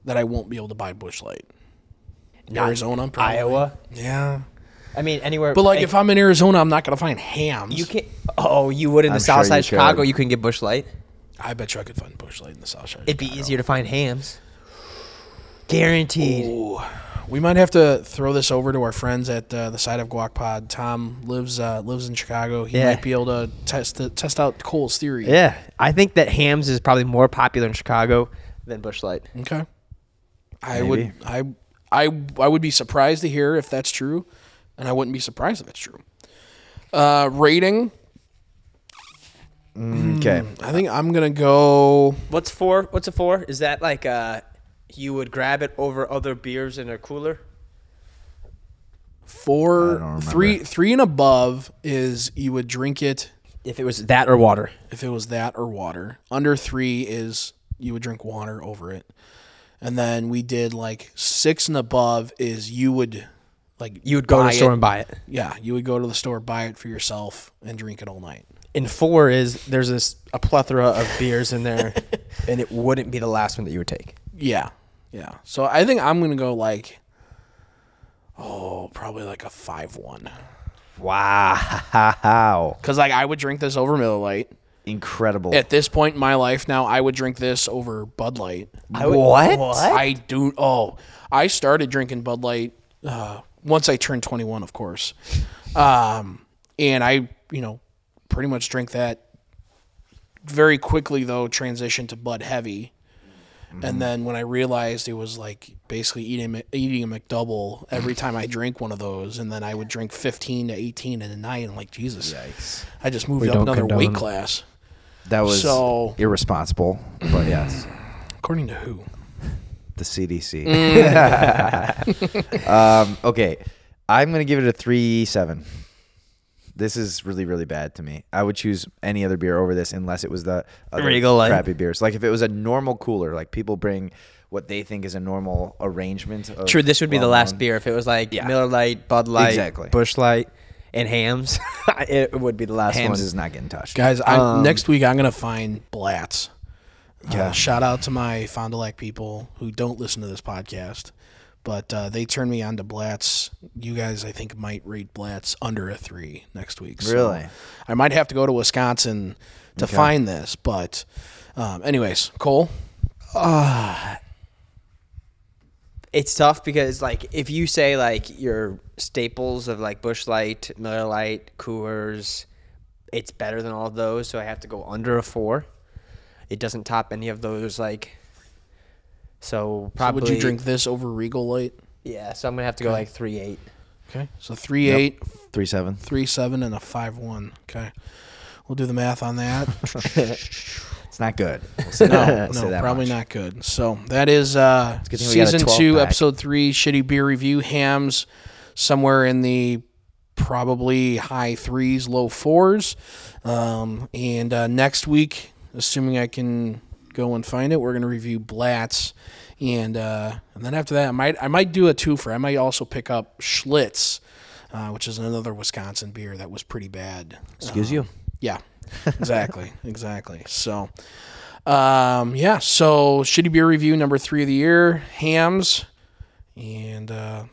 A: that I won't be able to buy Bush Light?
C: Not
A: Arizona, probably.
C: Iowa.
A: Yeah.
C: I mean anywhere.
A: But like, if I'm in Arizona, I'm not gonna find hams.
C: you can. Oh, you would in the
B: I'm
C: South
B: sure
C: Side
B: you
C: of Chicago.
B: could.
C: You can get Bush Light.
A: I bet you I could find Bush Light in the South Side.
C: It'd be easier to find hams. Guaranteed.
A: Ooh. We might have to throw this over to our friends at uh, the side of Guac Pod. Tom lives uh, lives in Chicago. He
C: Yeah.
A: might be able to test the, test out Cole's theory.
C: Yeah, I think that hams is probably more popular in Chicago than Bush Light.
A: Okay. I
B: Maybe.
A: would I I I would be surprised to hear if that's true, and I wouldn't be surprised if it's true. Uh, rating.
B: okay.
A: I think I'm gonna go.
C: What's four? What's a four? Is that like uh, you would grab it over other beers in a cooler?
B: I don't
A: four
B: remember.
A: three three and above is you would drink it
C: If it was that or water.
A: if it was that or water under three is you would drink water over it and then we did like six and above is you would like
C: You would go to
A: buy
C: the store
A: it.
C: and buy it.
A: yeah you would go to the store buy it for yourself and drink it all night
C: And four is there's this a plethora of beers in there, and it wouldn't be the last one that you would take.
A: yeah yeah so i think i'm gonna go like oh probably like a five one
B: Wow.
A: because like i would drink this over miller lite
B: Incredible.
A: at this point in my life now i would drink this over bud light
B: what?
A: I do. Oh, I started drinking Bud Light uh, once I turned 21, of course. Um, and I, you know, pretty much drink that very quickly, though, transitioned to Bud Heavy.
B: Mm-hmm.
A: And then when I realized it was like basically eating eating a McDouble every time I drank one of those, and then I would drink fifteen to eighteen in a night, and like Jesus,
B: Yikes.
A: I just moved
C: We
A: up
C: don't
A: another weight
C: condone.
A: class.
B: That was
A: So-
B: irresponsible, but yes,
A: According to who?
B: the CDC.
C: Mm.
B: um, okay, I'm gonna give it a three seven. This is really really bad to me. I would choose any other beer over this unless it was the other
C: Regal Light.
B: crappy beers. Like if it was a normal cooler, like people bring what they think is a normal arrangement. Of
C: True, this would be the last
B: well-known-
C: beer if it was like
B: Yeah.
C: Miller Light, Bud Light,
B: Exactly.
C: Bush Light, and hams. it would be the last
B: Hams
C: one.
B: is not getting touched.
A: Guys, I, next week I'm gonna find Blatz. Yeah. shout out to my Fond du Lac people who don't listen to this podcast, but uh, they turned me on to Blatz. You guys, I think, might rate Blatz under a three next week. So
B: Really?
A: I might have to go to Wisconsin to find this, but um, anyways, Cole,
C: it's tough because like if you say like your staples of like Bush Light, Miller Light, Coors, it's better than all of those, so I have to go under a four. It doesn't top any of those, like. So probably.
A: Would you drink this over Regal Light?
C: Yeah, so I'm gonna have to go like three eight.
A: Okay, so three eight,
B: Three seven.
A: three seven, and a five one. Okay, we'll do the math on that.
B: It's not good. We'll say
A: no,
B: we'll say
A: no,
B: that
A: probably
B: much.
A: not good. So that is uh,
B: good thing we got a
A: season two,
B: 12-pack.
A: episode three, shitty beer review. Hams somewhere in the probably high threes, low fours. Um, and uh, next week, assuming I can go and find it, we're gonna review Blatz, and uh, and then after that, I might I might do a twofer. I might also pick up Schlitz. Uh, which is another Wisconsin beer that was pretty bad. Um,
B: Excuse you.
A: Yeah, exactly, exactly. So, um, yeah. So, shitty beer review number three of the year, hams, and uh,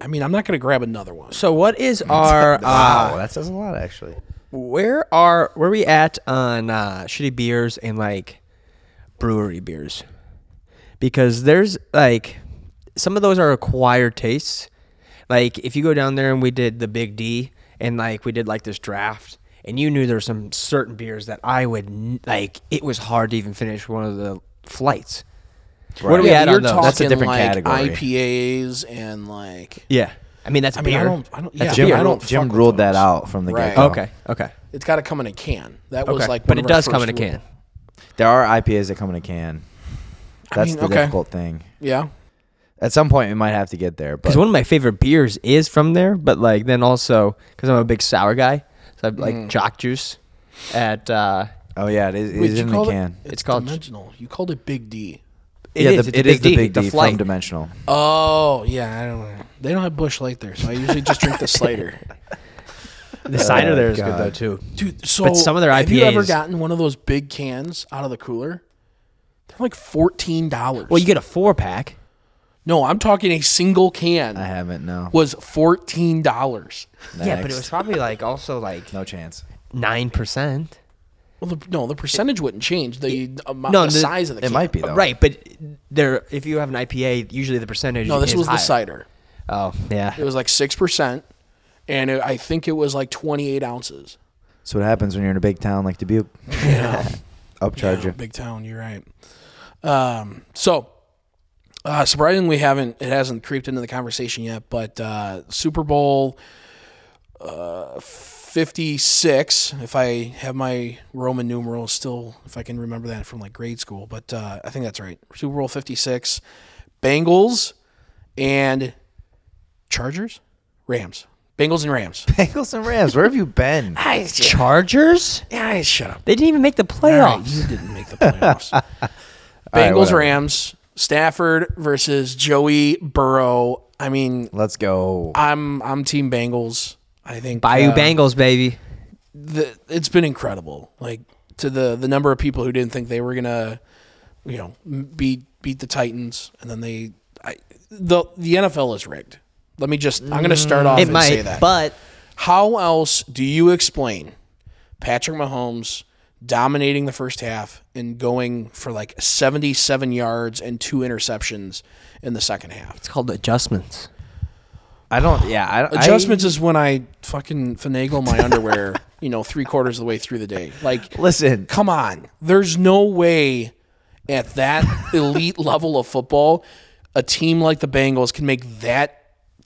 A: I mean, I'm not gonna grab another one.
C: So what is our uh,
B: Wow, that says a lot actually.
C: where are where we at on uh, shitty beers and like brewery beers? Because there's like some of those are acquired tastes. Like if you go down there and we did the Big D and like we did like this draft and you knew there were some certain beers that I would n- like it was hard to even finish one of the flights. What do we
A: Yeah,
C: add
A: you're
C: on those?
A: talking
B: That's a different
A: like
B: category.
A: IPAs and like
C: yeah. I mean that's
A: I mean,
C: beer.
A: I don't, I don't, yeah,
C: That's
B: Jim,
C: beer.
A: I don't
B: Jim
A: fuck with
B: ruled that
A: those.
B: out from the
A: Right.
B: get go.
C: okay. Okay.
A: It's got to come in a can. That
C: Okay.
A: was like,
C: but
A: one
C: it
A: of our
C: does come in
A: first
C: a
A: rule-
C: can.
B: There are IPAs that come in a can. That's
A: mean,
B: the
A: okay.
B: difficult thing.
A: Yeah,
B: At some point, we might have to get there. But
C: because one of my favorite beers is from there. But like then also because I'm a big sour guy, so I like jock juice. At uh,
B: oh yeah, it is, it
A: Wait,
B: is
A: you
B: in the
A: called it-
B: can.
A: it's,
C: It's
A: called
C: called-
A: dimensional. You called it Big D.
B: yeah, the, it is the big D, from
C: flight.
B: Dimensional.
A: Oh yeah, I don't. They don't have Bush Light there, so I usually just drink the Slater.
C: The cider there is
B: God.
C: good though too.
A: Dude, so
C: some of their
A: Have you ever
C: IPAs
A: gotten one of those big cans out of the cooler? They're like fourteen dollars.
C: Well, you get a four pack.
A: no, I'm talking a single
B: I
A: can
B: haven't. No.
A: was fourteen dollars.
C: Yeah, but it
B: Next.
C: was probably like also like
B: no chance.
C: nine percent.
A: Well, the, no, the percentage wouldn't change. The amount,
C: no,
A: the,
C: the-
A: size of the
B: It
A: can.
B: might be though.
C: Right, but there if you have an IPA, usually the percentage.
A: No, this
C: is
A: was
C: higher.
A: the cider.
C: Oh yeah,
A: It was like six percent, and it, I think it was like twenty eight ounces.
B: That's what happens when you're in a big town like Dubuque.
A: Yeah.
B: Upcharge
A: Yeah,
B: you.
A: Big town, you're right. Um, so uh, surprisingly, we haven't it hasn't creeped into the conversation yet, but uh, Super Bowl uh, fifty six. If I have my Roman numerals still, if I can remember that from like grade school, but uh, I think that's right. Super Bowl fifty six, Bengals and Chargers, Rams, Bengals and Rams.
B: Bengals and Rams. Where have you been?
C: Chargers.
A: yeah, shut up.
C: They didn't even make the
A: All right,
C: playoffs.
A: you didn't make the playoffs.
B: right,
A: Bengals
B: whatever.
A: Rams Stafford versus Joey Burrow. I mean,
B: Let's go.
A: I'm I'm team Bengals. I think
C: Bayou
A: uh,
C: Bengals, baby.
A: the, it's been incredible. Like to the the number of people who didn't think they were gonna, you know, m- beat beat the Titans, and then they. I, the the NFL is rigged. Let me just. I'm gonna start off
C: It
A: and say
C: might,
A: that.
C: but
A: How else do you explain Patrick Mahomes dominating the first half and going for like 77 yards and two interceptions in the second half?
C: it's called adjustments.
B: I don't. Yeah. I, I-
A: Adjustments is when I fucking finagle my underwear, you know, three quarters of the way through the day. Like,
B: listen.
A: come on. There's no way at that elite level of football, a team like the Bengals can make that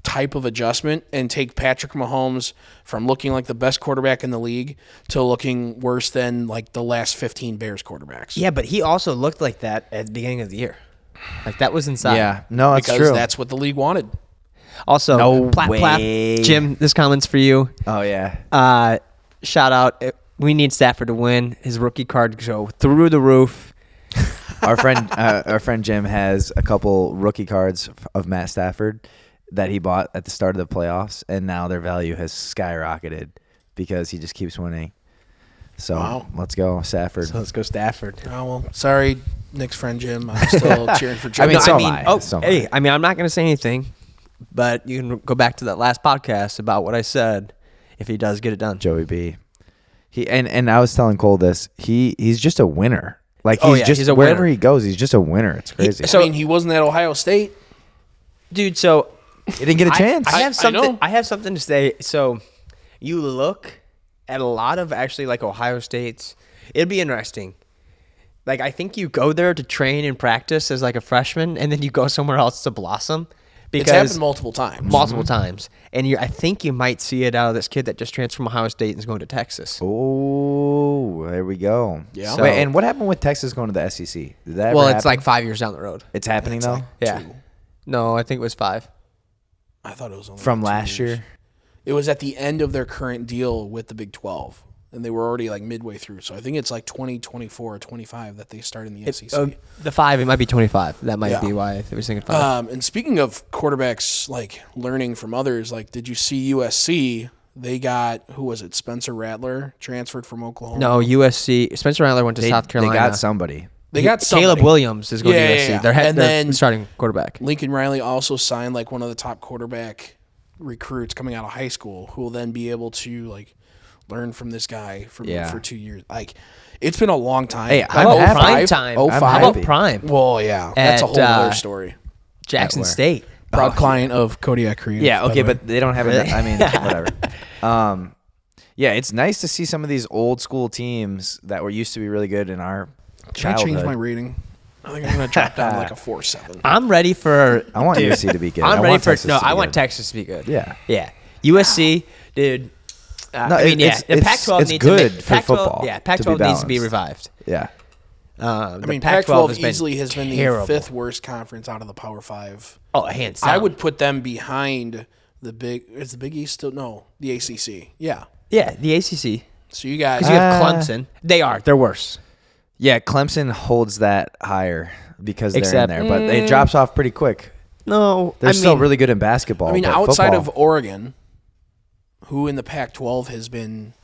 A: type of adjustment and take Patrick Mahomes from looking like the best quarterback in the league to looking worse than like the last 15 Bears quarterbacks.
C: Yeah, but he also looked like that at the beginning of the year. Like that was inside.
B: Yeah. No, that's
A: because
B: true.
A: that's what the league wanted.
C: Also,
B: No
C: plat, plat.
B: way.
C: Jim, this comment's for you.
B: oh yeah.
C: Uh, shout out. Uh, We need Stafford to win. His rookie card go through the roof.
B: our friend uh, our friend Jim has a couple rookie cards f- of Matt Stafford that he bought at the start of the playoffs, and now their value has skyrocketed because he just keeps winning. So
A: Wow.
B: let's go Stafford.
C: So let's go Stafford.
A: Oh, well, sorry, Nick's friend Jim. I'm still cheering for Jim.
B: I mean, so
C: I
B: am
C: mean,
B: I.
C: oh,
B: So am
C: hey, I mean, I'm not going to say anything, but you can go back to that last podcast about what I said. If he does get it done,
B: Joey B. He and and I was telling Cole this. He he's just a winner. Like he's
C: Oh, yeah,
B: just
C: he's a
B: wherever
C: winner.
B: he goes, he's just a winner. It's crazy. He,
A: I
C: so-
A: mean, he wasn't at Ohio State.
C: dude. So
B: didn't get a
C: I-
B: chance.
C: I,
A: I- I
C: have something.
A: know.
C: I, have something to say. So, you look at a lot of actually like Ohio State's. It'd be interesting. Like I think you go there to train and practice as like a freshman, and then you go somewhere else to blossom. Because
A: It's happened multiple times.
C: multiple times, and you I think you might see it out of this kid that just transferred from Ohio State and is going to Texas.
B: Oh, there we go.
A: Yeah.
B: Wait, and what happened with Texas going to the SEC? Did that ever
C: Well, it's
B: happen?
C: like five years down the road.
B: it's happening though
A: like-
C: Yeah.
A: Two.
C: No, I think it was five.
A: I thought it was only
B: from
A: two
B: last
A: years.
B: year.
A: It was at the end of their current deal with the Big Twelve, and they were already like midway through. So I think it's like 2024 or 25 that they start in the E SEC.
B: oh,
C: Uh, the five, it might be twenty-five. That might
A: Yeah.
C: be why I was thinking five.
A: Um, and speaking of quarterbacks, like learning from others, like did you see USC? They got who was it? Spencer Rattler transferred from Oklahoma.
C: no, USC. Spencer Rattler went to South Carolina.
B: They got somebody.
A: they got somebody.
C: Caleb Williams is going
A: Yeah,
C: to
A: yeah,
C: USC.
A: yeah.
C: They're, head,
A: And
C: they're
A: then- Oh,
C: starting quarterback.
A: Lincoln Riley also signed like one of the top quarterback recruits coming out of high school, who will then be able to like learn from this guy for
B: Yeah.
A: for two years. Like it's been a long time.
B: Hey,
A: How
B: I'm
A: about
B: happy.
A: five?
C: prime time.
A: Oh,
B: I'm
A: five?
B: happy.
C: How about prime?
A: Well, yeah, that's a
C: At,
A: whole
C: uh,
A: other story.
C: Jackson
B: where?
C: State.
A: Proud client of Kodiak Creative.
B: Ah. Yeah,
A: by the
B: okay,
A: way.
B: but they don't have. Really? I mean, whatever. Um, yeah, it's nice to see some of these old school teams that were used to be really good in our
A: Can I
B: childhood.
A: change my rating? I think I'm gonna drop down to, like a four seven.
C: I'm ready for.
B: I want USC to be good.
C: I'm
B: I
C: ready
B: want
C: for.
B: Texas
C: no,
B: to be
C: I want
B: good.
C: Texas to be good.
B: Yeah.
C: Yeah. USC, dude. Uh,
B: No,
C: I mean,
B: it-
C: yeah,
B: it's-
C: the
B: it's-
C: Pac-12
B: it's
C: needs to
B: good
C: ma-
B: for
C: Pac-12
B: football
C: Yeah,
B: to be
C: Pac-12 needs to be
B: balanced.
C: removed.
B: Yeah,
C: Um,
A: I mean,
C: Pac-12
A: Pac-12,
C: has been
A: easily has been
C: terrible.
A: the fifth worst conference out of the Power Five.
C: Oh, hands down.
A: I would put them behind the Big. Is the Big East still no? The ACC. Yeah.
C: Yeah, the ACC.
A: So you guys,
C: Because you have
B: Uh,
C: Clemson. They are. They're worse.
B: yeah. Clemson holds that higher because they're
C: Except-
B: in there, but it drops off pretty quick.
C: No,
B: They're
C: I
B: still
C: mean,
B: really good in basketball.
A: I mean,
B: but
A: outside
B: football-
A: of Oregon, who in the Pac-12 has been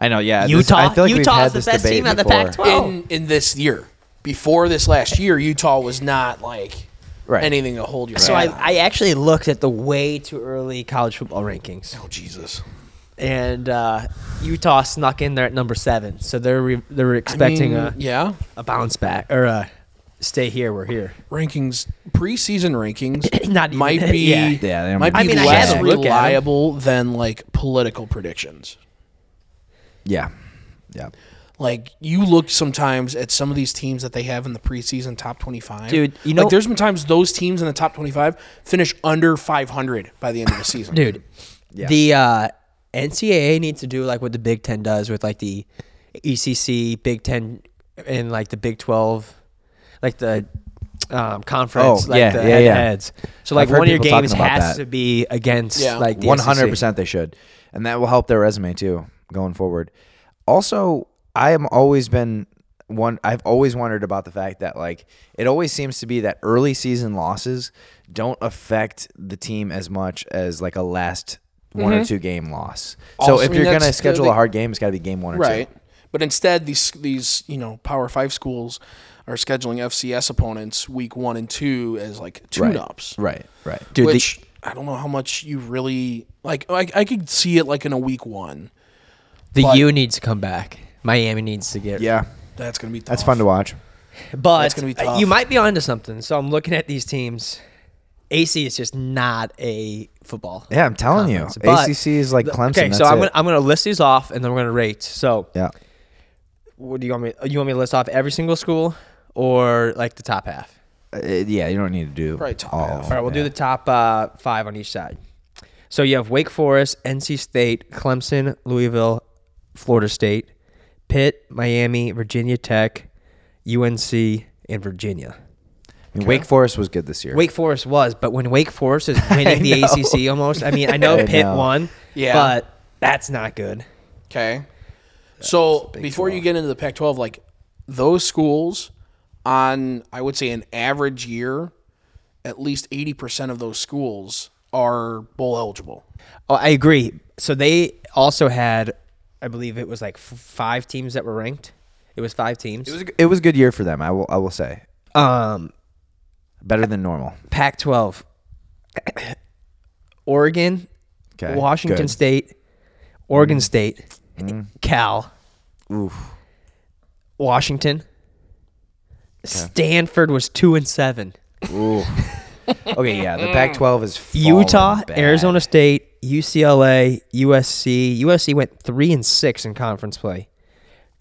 B: I know, yeah.
C: Utah.
B: I feel like we've
C: Utah's
B: had
C: the
B: this
C: best
B: debate
C: team out of the
B: before.
C: Pac-12. Oh.
A: in in this year? Before this last year, Utah was not like
B: Right.
A: anything to hold your.
C: So I,
A: hand on.
C: I actually looked at the way too early college football rankings,
A: oh Jesus.
C: and uh, Utah snuck in there at number seven. So they're re- they're expecting
A: I mean, yeah.
C: a, a bounce back or a stay here. We're here.
A: rankings, preseason rankings,
C: Not even-
A: might be
C: yeah.
B: Yeah, they don't
A: might be
B: mean to
C: I mean, I
A: less
C: had a look at 'em.
A: reliable than like political predictions.
B: Yeah, yeah.
A: Like you look sometimes at some of these teams that they have in the preseason top twenty-five,
C: Dude, you know-
A: like there's been times those teams in the top twenty-five finish under five hundred by the end of the season,
C: dude. The uh, NCAA needs to do like what the Big Ten does with like the ECC, Big Ten, and like the Big Twelve, like the um, conference,
B: Oh,
C: like
B: yeah,
C: the
B: yeah, yeah.
C: heads. So
B: I've
C: like
B: heard
C: one of your
B: people talking
C: games
B: about
C: has
B: that.
C: to be against
A: Yeah.
C: like E
B: One
C: one
B: hundred percent, they should, and that will help their resume too going forward. Also, I am always been one. I've always wondered about the fact that like it always seems to be that early season losses don't affect the team as much as like a last one or two game loss. So
A: Also, I
B: if
A: mean,
B: you're gonna
A: that's-
B: schedule
A: they-
B: a hard game, it's got to be game one or
A: right?
B: two.
A: But instead, these these you know Power Five schools are scheduling FCS opponents week one and two as like tune-ups,
B: Right, right.
C: dude. the-
A: which I don't know how much you really like. I, I could see it like in a week one.
C: the
A: but-
C: U needs to come back. Miami needs to get.
B: Yeah,
A: That's gonna be tough.
B: that's fun to watch.
C: but
A: That's gonna be tough.
C: you might be onto something. So I'm looking at these teams. AC is just not a football.
B: Yeah, I'm telling you,
C: conference, but-
B: ACC is like
C: the-
B: Clemson.
C: Okay,
B: that's
C: so I'm
B: it.
C: gonna I'm gonna list these off, and then we're gonna rate. So
B: yeah.
C: What do you want me? You want me to list off every single school or like the top half?
B: Uh, yeah, you don't need to do
A: Probably top
B: all.
A: half.
C: All right, we'll do the top uh, five on each side. So you have Wake Forest, NC State, Clemson, Louisville, Florida State, Pitt, Miami, Virginia Tech, UNC, and Virginia.
B: I mean, Wake Forest was good this year.
C: Wake Forest was, but when Wake Forest is winning the ACC almost, I mean, I know
B: I
C: Pitt
B: know.
C: won,
A: Yeah.
C: but that's not good.
A: Okay. So before you get into the Pac-12, like those schools, on I would say an average year, at least eighty percent of those schools are bowl eligible.
C: Oh, I agree. So they also had, I believe it was like f- five teams that were ranked. It was five teams.
B: It was a, g- it was a good year for them. I will I will say
C: um,
B: better than normal.
C: Pac-12, Oregon,
B: Okay,
C: Washington
B: good. Mm.
C: State, Oregon State, Cal,
B: Oof.
C: Washington. Stanford was two and seven.
B: Ooh. okay, yeah. The Pac-12 is falling
C: Utah,
B: bad.
C: Arizona State, UCLA, USC. USC went three and six in conference play.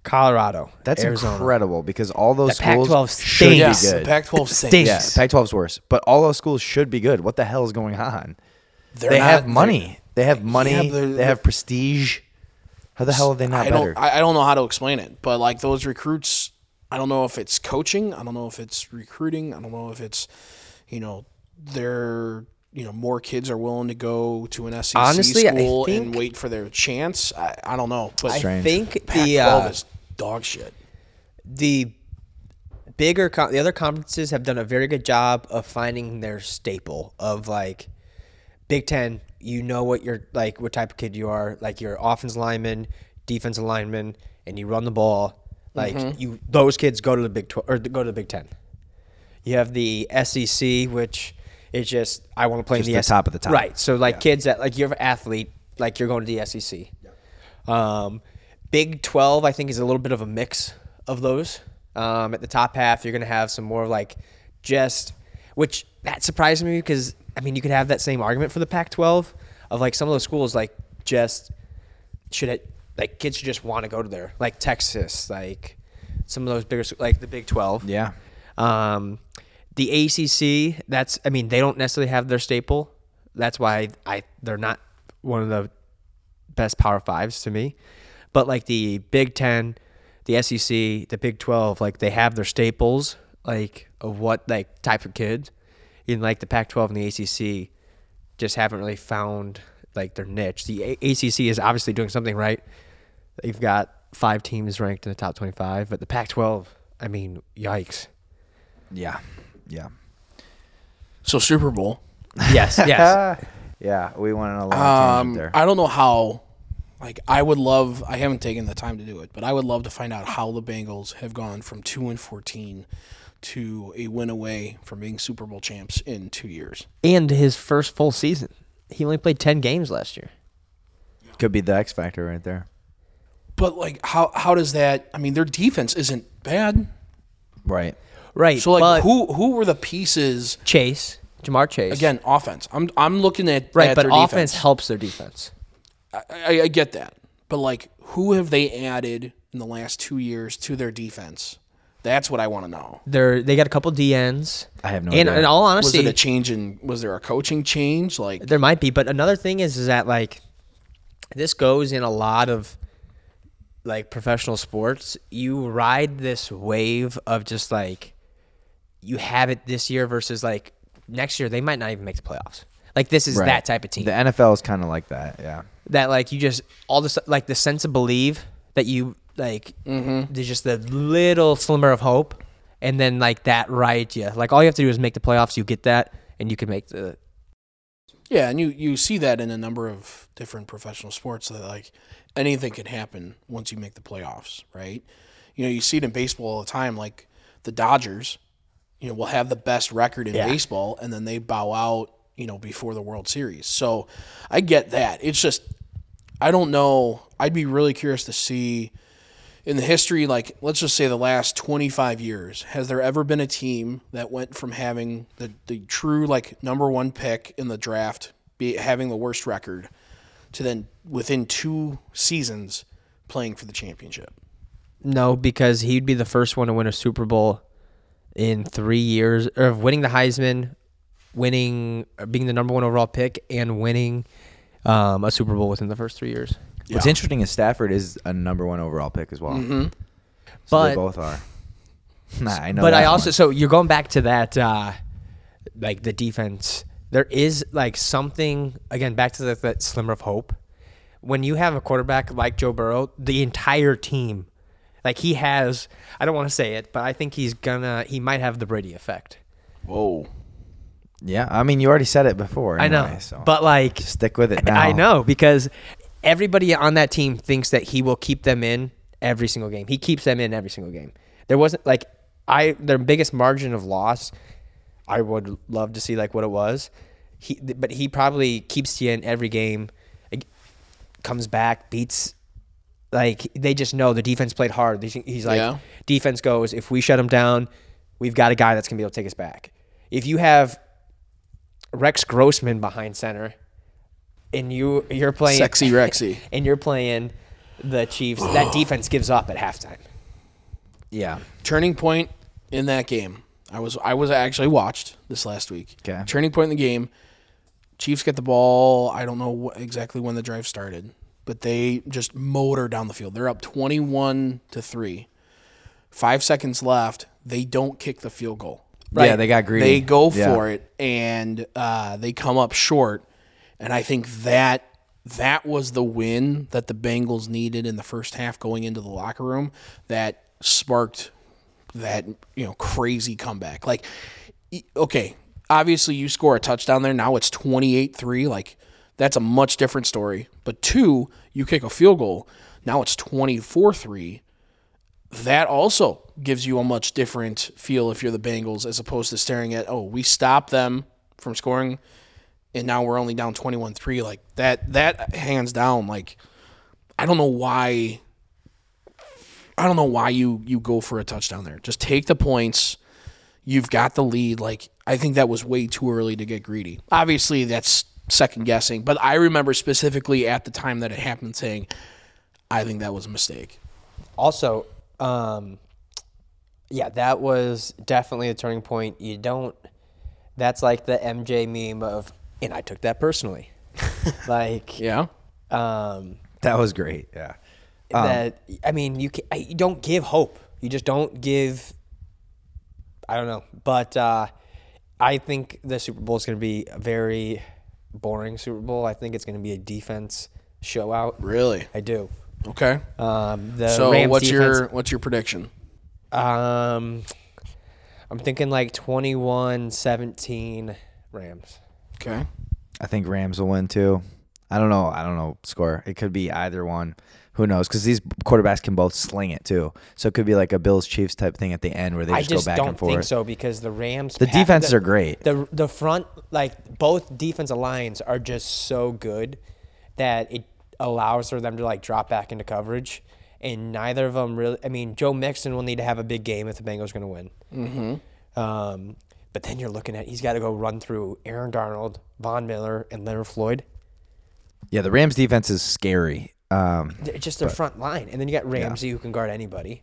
C: Colorado.
B: That's
C: Arizona.
B: incredible because all those
C: The
B: schools
C: Pac-12
B: should be
A: Yeah,
C: stinks.
B: good.
A: the Pac-12 stinks.
C: stinks.
B: yeah, Pac-12's worse, but all those schools should be good. What the hell is going on?
A: They're
B: they
A: not-
B: have money. They have money.
A: Yeah, they're-
B: they have prestige. How the hell are they not
A: I
B: better?
A: don't. I I don't know how to explain it, but like those recruits, I don't know if it's coaching. I don't know if it's recruiting. I don't know if it's, you know, they're you know more kids are willing to go to an SEC
C: Honestly, I
A: school and
C: think-
A: wait for their chance. I, I don't know, but
C: I
B: Strange.
C: think the
A: Pac-12
C: uh,
A: is dog shit.
C: the bigger con- the other conferences have done a very good job of finding their staple of like Big Ten. You know what you're like, what type of kid you are. Like you're offense lineman, defensive lineman, and you run the ball. Like
B: Mm-hmm.
C: you, those kids go to the Big Twelve or go to the Big Ten. You have the SEC, which is just I want to play
B: Just
C: in the,
B: the
C: S-
B: top of the top.
C: Right. So like kids that like you're an athlete, like you're going to the SEC. Um, Big Twelve, I think, is a little bit of a mix of those. Um, at the top half, you're gonna have some more like just which that surprised me because I mean you could have that same argument for the Pac-12 of like some of those schools like just should it like kids should just want to go to there like Texas like some of those bigger s- like the Big Twelve
B: yeah.
C: um, the ACC, that's I mean they don't necessarily have their staple. That's why I they're not one of the best Power Fives to me. But like the Big Ten, the SEC, the Big Twelve, like they have their staples, like of what like type of kid. And like the Pac-12 and the ACC, just haven't really found like their niche. The A- ACC is obviously doing something right. They've got five teams ranked in the top twenty-five, but the Pac-12, I mean, yikes.
B: Yeah. Yeah.
A: So Super Bowl.
C: Yes, yes.
B: yeah. We went on a long tangent
A: Um,
B: there.
A: I don't know how. Like I would love. I haven't taken the time to do it, but I would love to find out how the Bengals have gone from two and fourteen to a win away from being Super Bowl champs in two years.
C: and his first full season. He only played 10 games last year.
B: Could be the X factor right there.
A: But like, how how does that? I mean, their defense isn't bad.
B: Right.
C: Right.
A: So like, who who were the pieces?
C: Chase, Jamar Chase.
A: Again, offense. I'm I'm looking at
C: right,
A: at
C: but
A: their
C: offense
A: defense.
C: helps their defense.
A: I, I- I get that, but like, who have they added in the last two years to their defense? That's what I want to know.
C: They're they got a couple DNs.
B: I have no
C: and,
B: idea.
C: In all
A: Was
C: honesty,
A: it a change in? Was there a coaching change? Like,
C: There might be, but another thing is, is that like this goes in a lot of like professional sports. You ride this wave of just like you have it this year versus like next year they might not even make the playoffs. Like this is
B: Right.
C: that type of team
B: The NFL is kind of like that. Yeah.
C: that like you just all this like the sense of believe that you like there's just the little slimmer of hope and then like that right yeah like all you have to do is make the playoffs you get that and you can make the
A: yeah, and you you see that in a number of different professional sports that like anything can happen once you make the playoffs, right? You know, you see it in baseball all the time. Like the Dodgers, you know, will have the best record in baseball, and then they bow out, you know, before the World Series. So I get that. It's just I don't know. I'd be really curious to see in the history, like let's just say the last 25 years, has there ever been a team that went from having the, the true like number one pick in the draft, be having the worst record, to then within two seasons playing for the championship?
C: No, because he'd be the first one to win a Super Bowl in three years or of winning the Heisman, winning or being the number one overall pick, and winning um, a Super Bowl within the first three years.
B: What's interesting is Stafford is a number one overall pick as well. So
C: But-
B: they both are. Nah, I know.
C: but I
B: that
C: also
B: much.
C: so you're going back to that uh, like the defense. There is like something again back to that, that slimmer of hope. When you have a quarterback like Joe Burrow, the entire team, like he has, I don't want to say it, but I think he's gonna, he might have the Brady effect.
A: Whoa.
B: Yeah. I mean, you already said it before.
C: I know,
B: anyway, so.
C: but like
B: stick with it now.
C: I know because everybody on that team thinks that he will keep them in every single game. He keeps them in every single game. There wasn't like I their biggest margin of loss. I would love to see like what it was. He but he probably keeps you in every game. like, Comes back, beats. Like they just know the defense played hard. They think- He's like
A: Yeah.
C: defense goes. If we shut him down, we've got a guy that's gonna be able to take us back. If you have Rex Grossman behind center, and you you're playing
A: Sexy Rexy.
C: and you're playing the Chiefs. that defense gives up at halftime.
B: Yeah.
A: turning point in that game. I was I was actually watched this last week.
B: Okay.
A: Turning point in the game. Chiefs get the ball. I don't know wh- exactly when the drive started, but they just motor down the field. They're up 21 to 3. 5 seconds left. They don't kick the field goal.
B: Yeah, they got greedy.
A: They go
B: Yeah.
A: for it and uh, they come up short. And I think that that was the win that the Bengals needed in the first half going into the locker room that sparked that you know crazy comeback. Like e- okay, obviously you score a touchdown there. Now it's 28-3 like that's a much different story. But two, you kick a field goal. Now it's 24-3 that also gives you a much different feel if you're the Bengals as opposed to staring at, oh, we stopped them from scoring and now we're only down 21-3 like that that hands down like I don't know why I don't know why you you go for a touchdown there. Just take the points. You've got the lead like I think that was way too early to get greedy. Obviously that's second guessing, but I remember specifically at the time that it happened saying I think that was a mistake.
C: Also, um, yeah, that was definitely a turning point. You don't. That's like the MJ meme of, and I took that personally. like,
A: Yeah.
C: um,
B: That was great. Yeah.
A: Um,
C: that I mean, you can, I, you don't give hope. You just don't give. I don't know, but uh, I think the Super Bowl is going to be a very boring Super Bowl. I think it's going to be a defense showout.
A: Really?
C: I do.
A: Okay.
C: Um, the
A: So
C: Rams
A: what's
C: defense,
A: your what's your prediction?
C: your? Um, I'm thinking like 21-17 Rams.
A: Okay.
B: I think Rams will win too. I don't know. I don't know score. It could be either one. Who knows? Because these quarterbacks can both sling it too. So it could be like a Bills Chiefs type thing at the end where they
C: I
B: just,
C: just
B: go back
C: don't
B: and forth.
C: think so because the Rams.
B: The defenses are great.
C: The the front like both defensive lines are just so good that it allows for them to like drop back into coverage, and neither of them really. I mean, Joe Mixon will need to have a big game if the Bengals are going to win. Mm-hmm. Um, but then you're looking at he's got to go run through Aaron Darnold, Von Miller, and Leonard Floyd.
B: Yeah, the Rams defense is scary. Um,
C: It's just their front line, and then you got Ramsey who can guard anybody.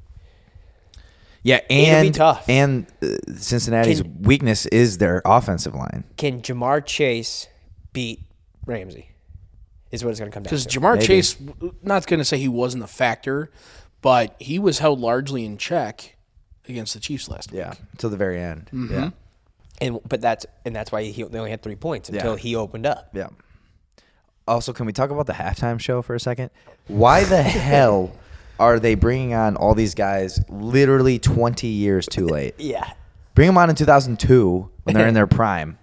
B: yeah,
C: be
B: and
C: tough.
B: and uh, Cincinnati's
C: Can-
B: weakness is their offensive line.
C: Can Jamar Chase beat Ramsey? Is what it's going to come down
A: Because
C: to.
A: Jamar Chase, not going to say he wasn't a factor, but he was held largely in check against the Chiefs last week.
B: Yeah, till the very end. Yeah,
C: and but that's and that's why he they only had three points until
B: Yeah.
C: he opened up.
B: yeah. Also, can we talk about the halftime show for a second? Why the hell are they bringing on all these guys literally 20 years too late?
C: Yeah,
B: Bring them on in 2002 when they're in their prime.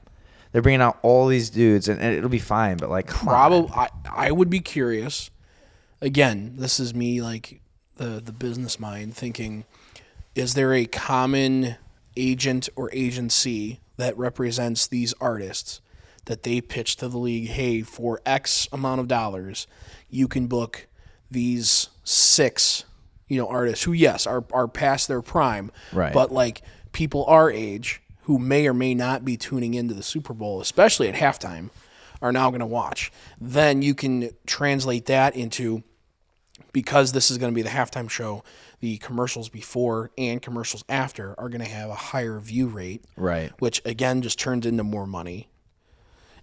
B: They're bringing out all these dudes, and, and it'll be fine. But like, come on.
A: Probably, I, I would be curious. Again, this is me like the the business mind thinking: Is there a common agent or agency that represents these artists that they pitch to the league? Hey, for X amount of dollars, you can book these six, you know, artists who, yes, are are past their prime,
B: Right.
A: But like people our age who may or may not be tuning into the Super Bowl, especially at halftime, are now going to watch. Then you can translate that into because this is going to be the halftime show, the commercials before and commercials after are going to have a higher view rate.
B: Right.
A: Which again just turns into more money.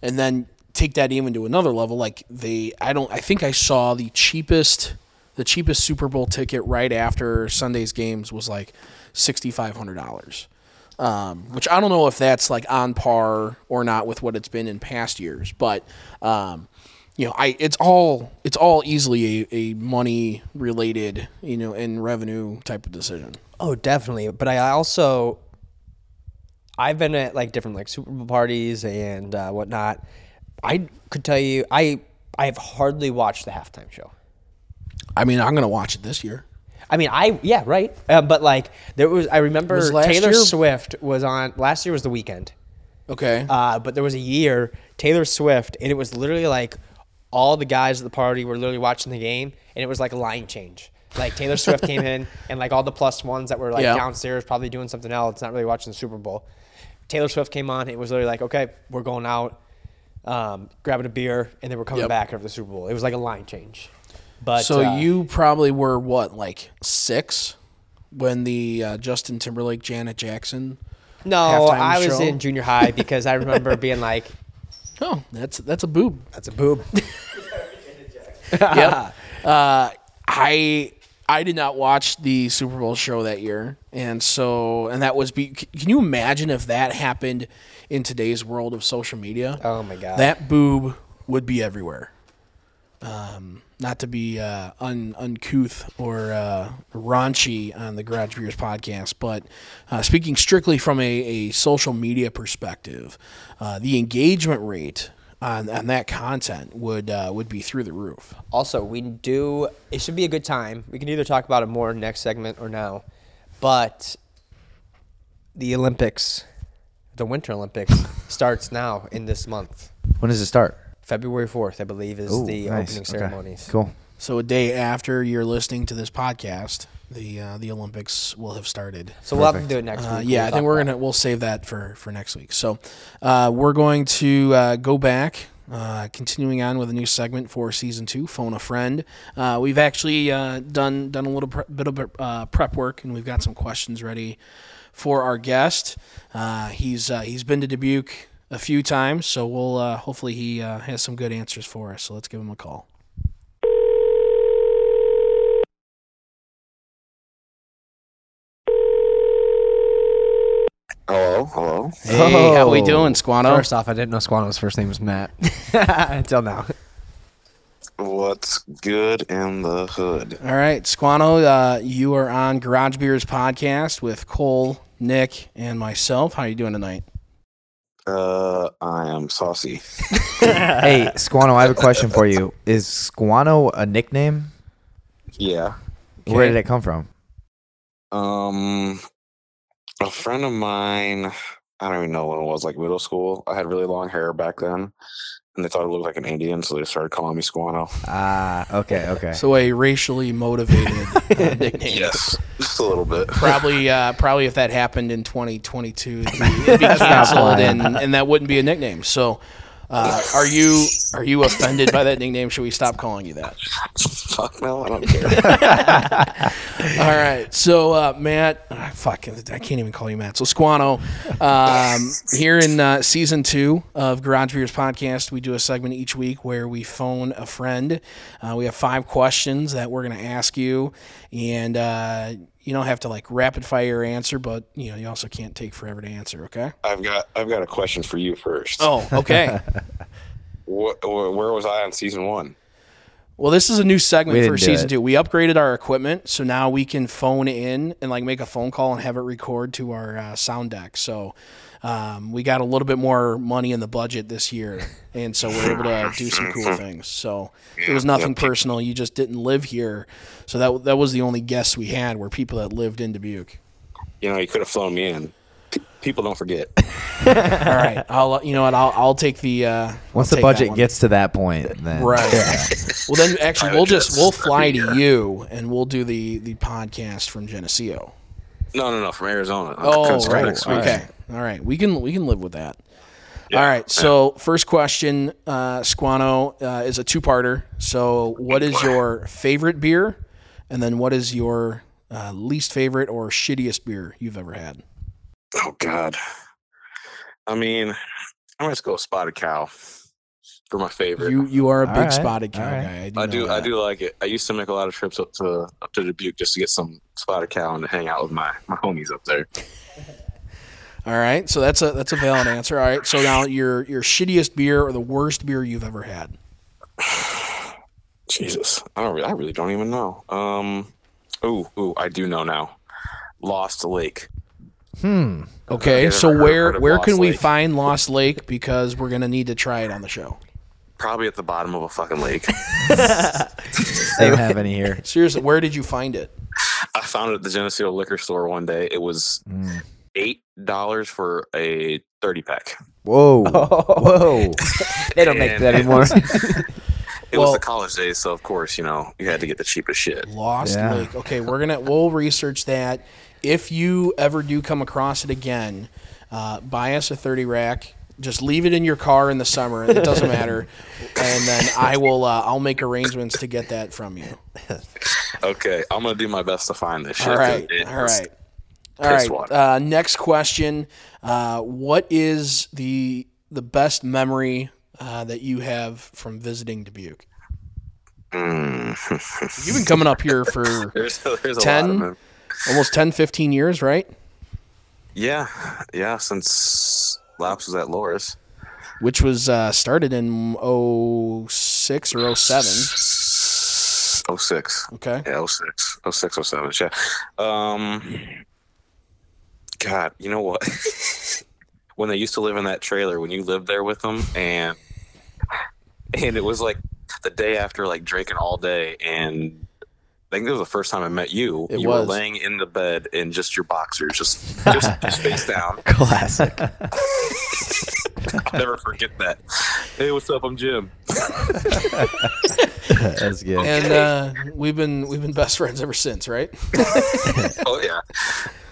A: And then take that even to another level like they I don't I think I saw the cheapest the cheapest Super Bowl ticket right after Sunday's games was like $6500. Um, which I don't know if that's like on par or not with what it's been in past years, but um, you know, I it's all it's all easily a, a money related, you know, and revenue type of decision.
C: oh definitely. But I also I've been at like different like Super Bowl parties and uh, whatnot. I could tell you I I have hardly watched the halftime show.
A: I mean, I'm gonna watch it this year.
C: I mean, I yeah right, uh, but like there was I remember
A: Was last
C: Taylor
A: year-
C: Swift was on last year was the weekend.
A: Okay.
C: Uh, but there was a year Taylor Swift, and it was literally like all the guys at the party were literally watching the game, and it was like a line change. Like Taylor Swift came in, and like all the plus ones that were like
A: Yeah.
C: downstairs probably doing something else, not really watching the Super Bowl. Taylor Swift came on, and it was literally like, okay, we're going out. um, grabbing a beer, and then we're coming
A: Yep.
C: back after the Super Bowl. It was like a line change. But
A: So
C: uh,
A: you probably were what, like six, when the uh, Justin Timberlake, Janet Jackson.
C: no,
A: halftime
C: I was
A: show?
C: in junior high because I remember being like,
A: Oh, that's that's a boob.
C: "That's a boob."
A: yep. Uh, I I did not watch the Super Bowl show that year, and so and that was. Be, c- can you imagine if that happened in today's world of social media?
C: Oh my God.
A: that boob would be everywhere. Um, not to be uh, un, uncouth or uh, raunchy on the Garage Beers podcast, but uh, speaking strictly from a, a social media perspective, uh, the engagement rate on, on that content would uh, would be through the roof.
C: Also, we do. It should be a good time. We can either talk about it more next segment or now, but the Olympics, the Winter Olympics, starts now in this month.
B: When does it start?
C: February fourth, I believe, is
B: Ooh,
C: the
B: nice.
C: opening
B: Okay.
C: ceremonies.
B: Cool.
A: So a day after you're listening to this podcast, the uh, the Olympics will have started.
C: So we'll have to do it next
A: Uh,
C: week.
A: yeah,
C: We'll
A: I think
C: talk
A: we're
C: about
A: gonna we'll save that for for next week. So uh, we're going to uh, go back. Uh, continuing on with a new segment for season two, phone a friend. Uh, we've actually uh, done done a little pre- bit of uh, prep work, and we've got some questions ready for our guest. Uh, he's uh, he's been to Dubuque a few times, so we'll uh, hopefully he uh, has some good answers for us. So let's give him a call.
D: Hello, hello.
A: Hey, how we
C: Oh.
A: doing, Squano?
C: it. First off, I didn't know Squano's first name was Matt until now.
D: What's good in the hood?
A: All right, Squano, uh, you are on Garage Beers podcast with Cole, Nick, and myself. How are you doing tonight?
D: Uh, I am saucy.
B: hey, Squano, I have a question for you. Is Squano a nickname?
D: Yeah.
B: Where
A: Okay.
B: did it come from?
D: Um, a friend of mine. I don't even know when it was, like middle school. I had really long hair back then, and they thought I looked like an Indian, so they started calling me Squano.
B: Ah, okay, okay.
A: So a racially motivated uh, nickname.
D: Yes, just a little bit.
A: Probably, uh, probably if that happened in 2022, it'd be, it'd be canceled,
B: fine.
A: and, and that wouldn't be a nickname. So, uh, are you are you offended by that nickname? Should we stop calling you that?
D: Fuck no, I don't care.
A: All right, so uh, Matt, ah, fuck, I can't even call you Matt. So Squano, um, here in uh, season two of Garage Beers podcast, we do a segment each week where we phone a friend. Uh, we have five questions that we're going to ask you, and uh, you don't have to like rapid fire your answer, but you know you also can't take forever to answer. Okay.
D: I've got, I've got a question for you first.
A: Oh, okay.
D: Wh- wh- where was I on season one?
A: Well, this is a new segment
B: We
A: for
B: didn't do
A: season
B: it.
A: two. We upgraded our equipment, so now we can phone in and like make a phone call and have it record to our uh, sound deck. So um, we got a little bit more money in the budget this year, and so we're able to do some cool things. So it was nothing personal. You just didn't live here, so that that was the only guests we had were people that lived in Dubuque.
D: You know, you could have flown me in. P- people don't forget.
A: All right, I'll you know what I'll I'll take the uh,
B: Once
A: I'll take
B: the
A: that
B: budget
A: one.
B: gets to that point, then
A: Right. Well, then actually, we'll just
D: jets
A: we'll
D: every
A: fly
D: year.
A: to you, and we'll do the the podcast from Geneseo.
D: No, no, no, from Arizona.
A: Oh,
D: Comes
A: right.
D: next week.
A: Okay. All right. We can we can live with that. All right. So first question, uh, Squano uh, is a two-parter. So what is your favorite beer, and then what is your uh, least favorite or shittiest beer you've ever had?
D: Oh God. I mean, I'm just go spotted cow for my favorite.
A: You you are a
B: All
A: big
B: right,
A: spotted cow
B: all right.
A: guy. I do. know
D: I do, I
A: that.
D: do like it. I used to make a lot of trips up to up to Dubuque just to get some spotted cow and to hang out with my my homies up there.
A: All right. So that's a that's a valid answer. All right. So now your your shittiest beer or the worst beer you've ever had.
D: Jesus, I don't, re- I really don't even know. Um, ooh, ooh, I do know now. Lost Lake.
B: Hmm.
A: Okay.
D: I've
A: So
D: never heard
A: where
D: of
A: where
D: Lost
A: can we
D: Lake.
A: find Lost Lake because we're gonna need to try it on the show.
D: Probably at the bottom of a fucking lake.
B: They don't have any here.
A: Seriously, where did you find it?
D: I found it at the Geneseo liquor store one day. It was
B: Mm.
D: eight dollars for a thirty pack.
B: Whoa.
C: Whoa! they don't make
D: And-
C: that anymore.
D: It
A: Well-
D: was the college days, so of course, you know, you had to get the cheapest shit.
A: Lost
B: Yeah.
A: Lake. Okay, we're gonna we'll research that. If you ever do come across it again, uh, buy us a thirty rack Just leave it in your car in the summer. It doesn't matter. And then I will. Uh, I'll make arrangements to get that from you.
D: Okay, I'm gonna do my best to find this shit.
A: All
D: 'cause
A: right.
D: it-
A: All right. All
D: piss
A: right.
D: water.
A: Uh, next question. Uh, what is the the best memory uh, that you have from visiting Dubuque?
D: Mm.
A: You've been coming up here for
D: there's there's a lot
A: 10?
D: of them.
A: almost 10, 15 years, right?
D: Yeah, yeah. Since Laps was at Loris,
A: Which was uh, started in 06 or 07.
D: Oh, 06.
A: Okay.
D: Yeah, 06. 06, 07. Yeah. Um, God, you know what? when they used to live in that trailer, when you lived there with them, and and it was like the day after, like drinking all day, and I think it was the first time I met you.
A: It
D: you were
A: was.
D: laying in the bed in just your boxers, just just, just face down.
B: Classic.
D: I'll never forget that. Hey, what's up? I'm Jim.
B: That's good.
A: And uh, we've been we've been best friends ever since, right?
D: Oh yeah.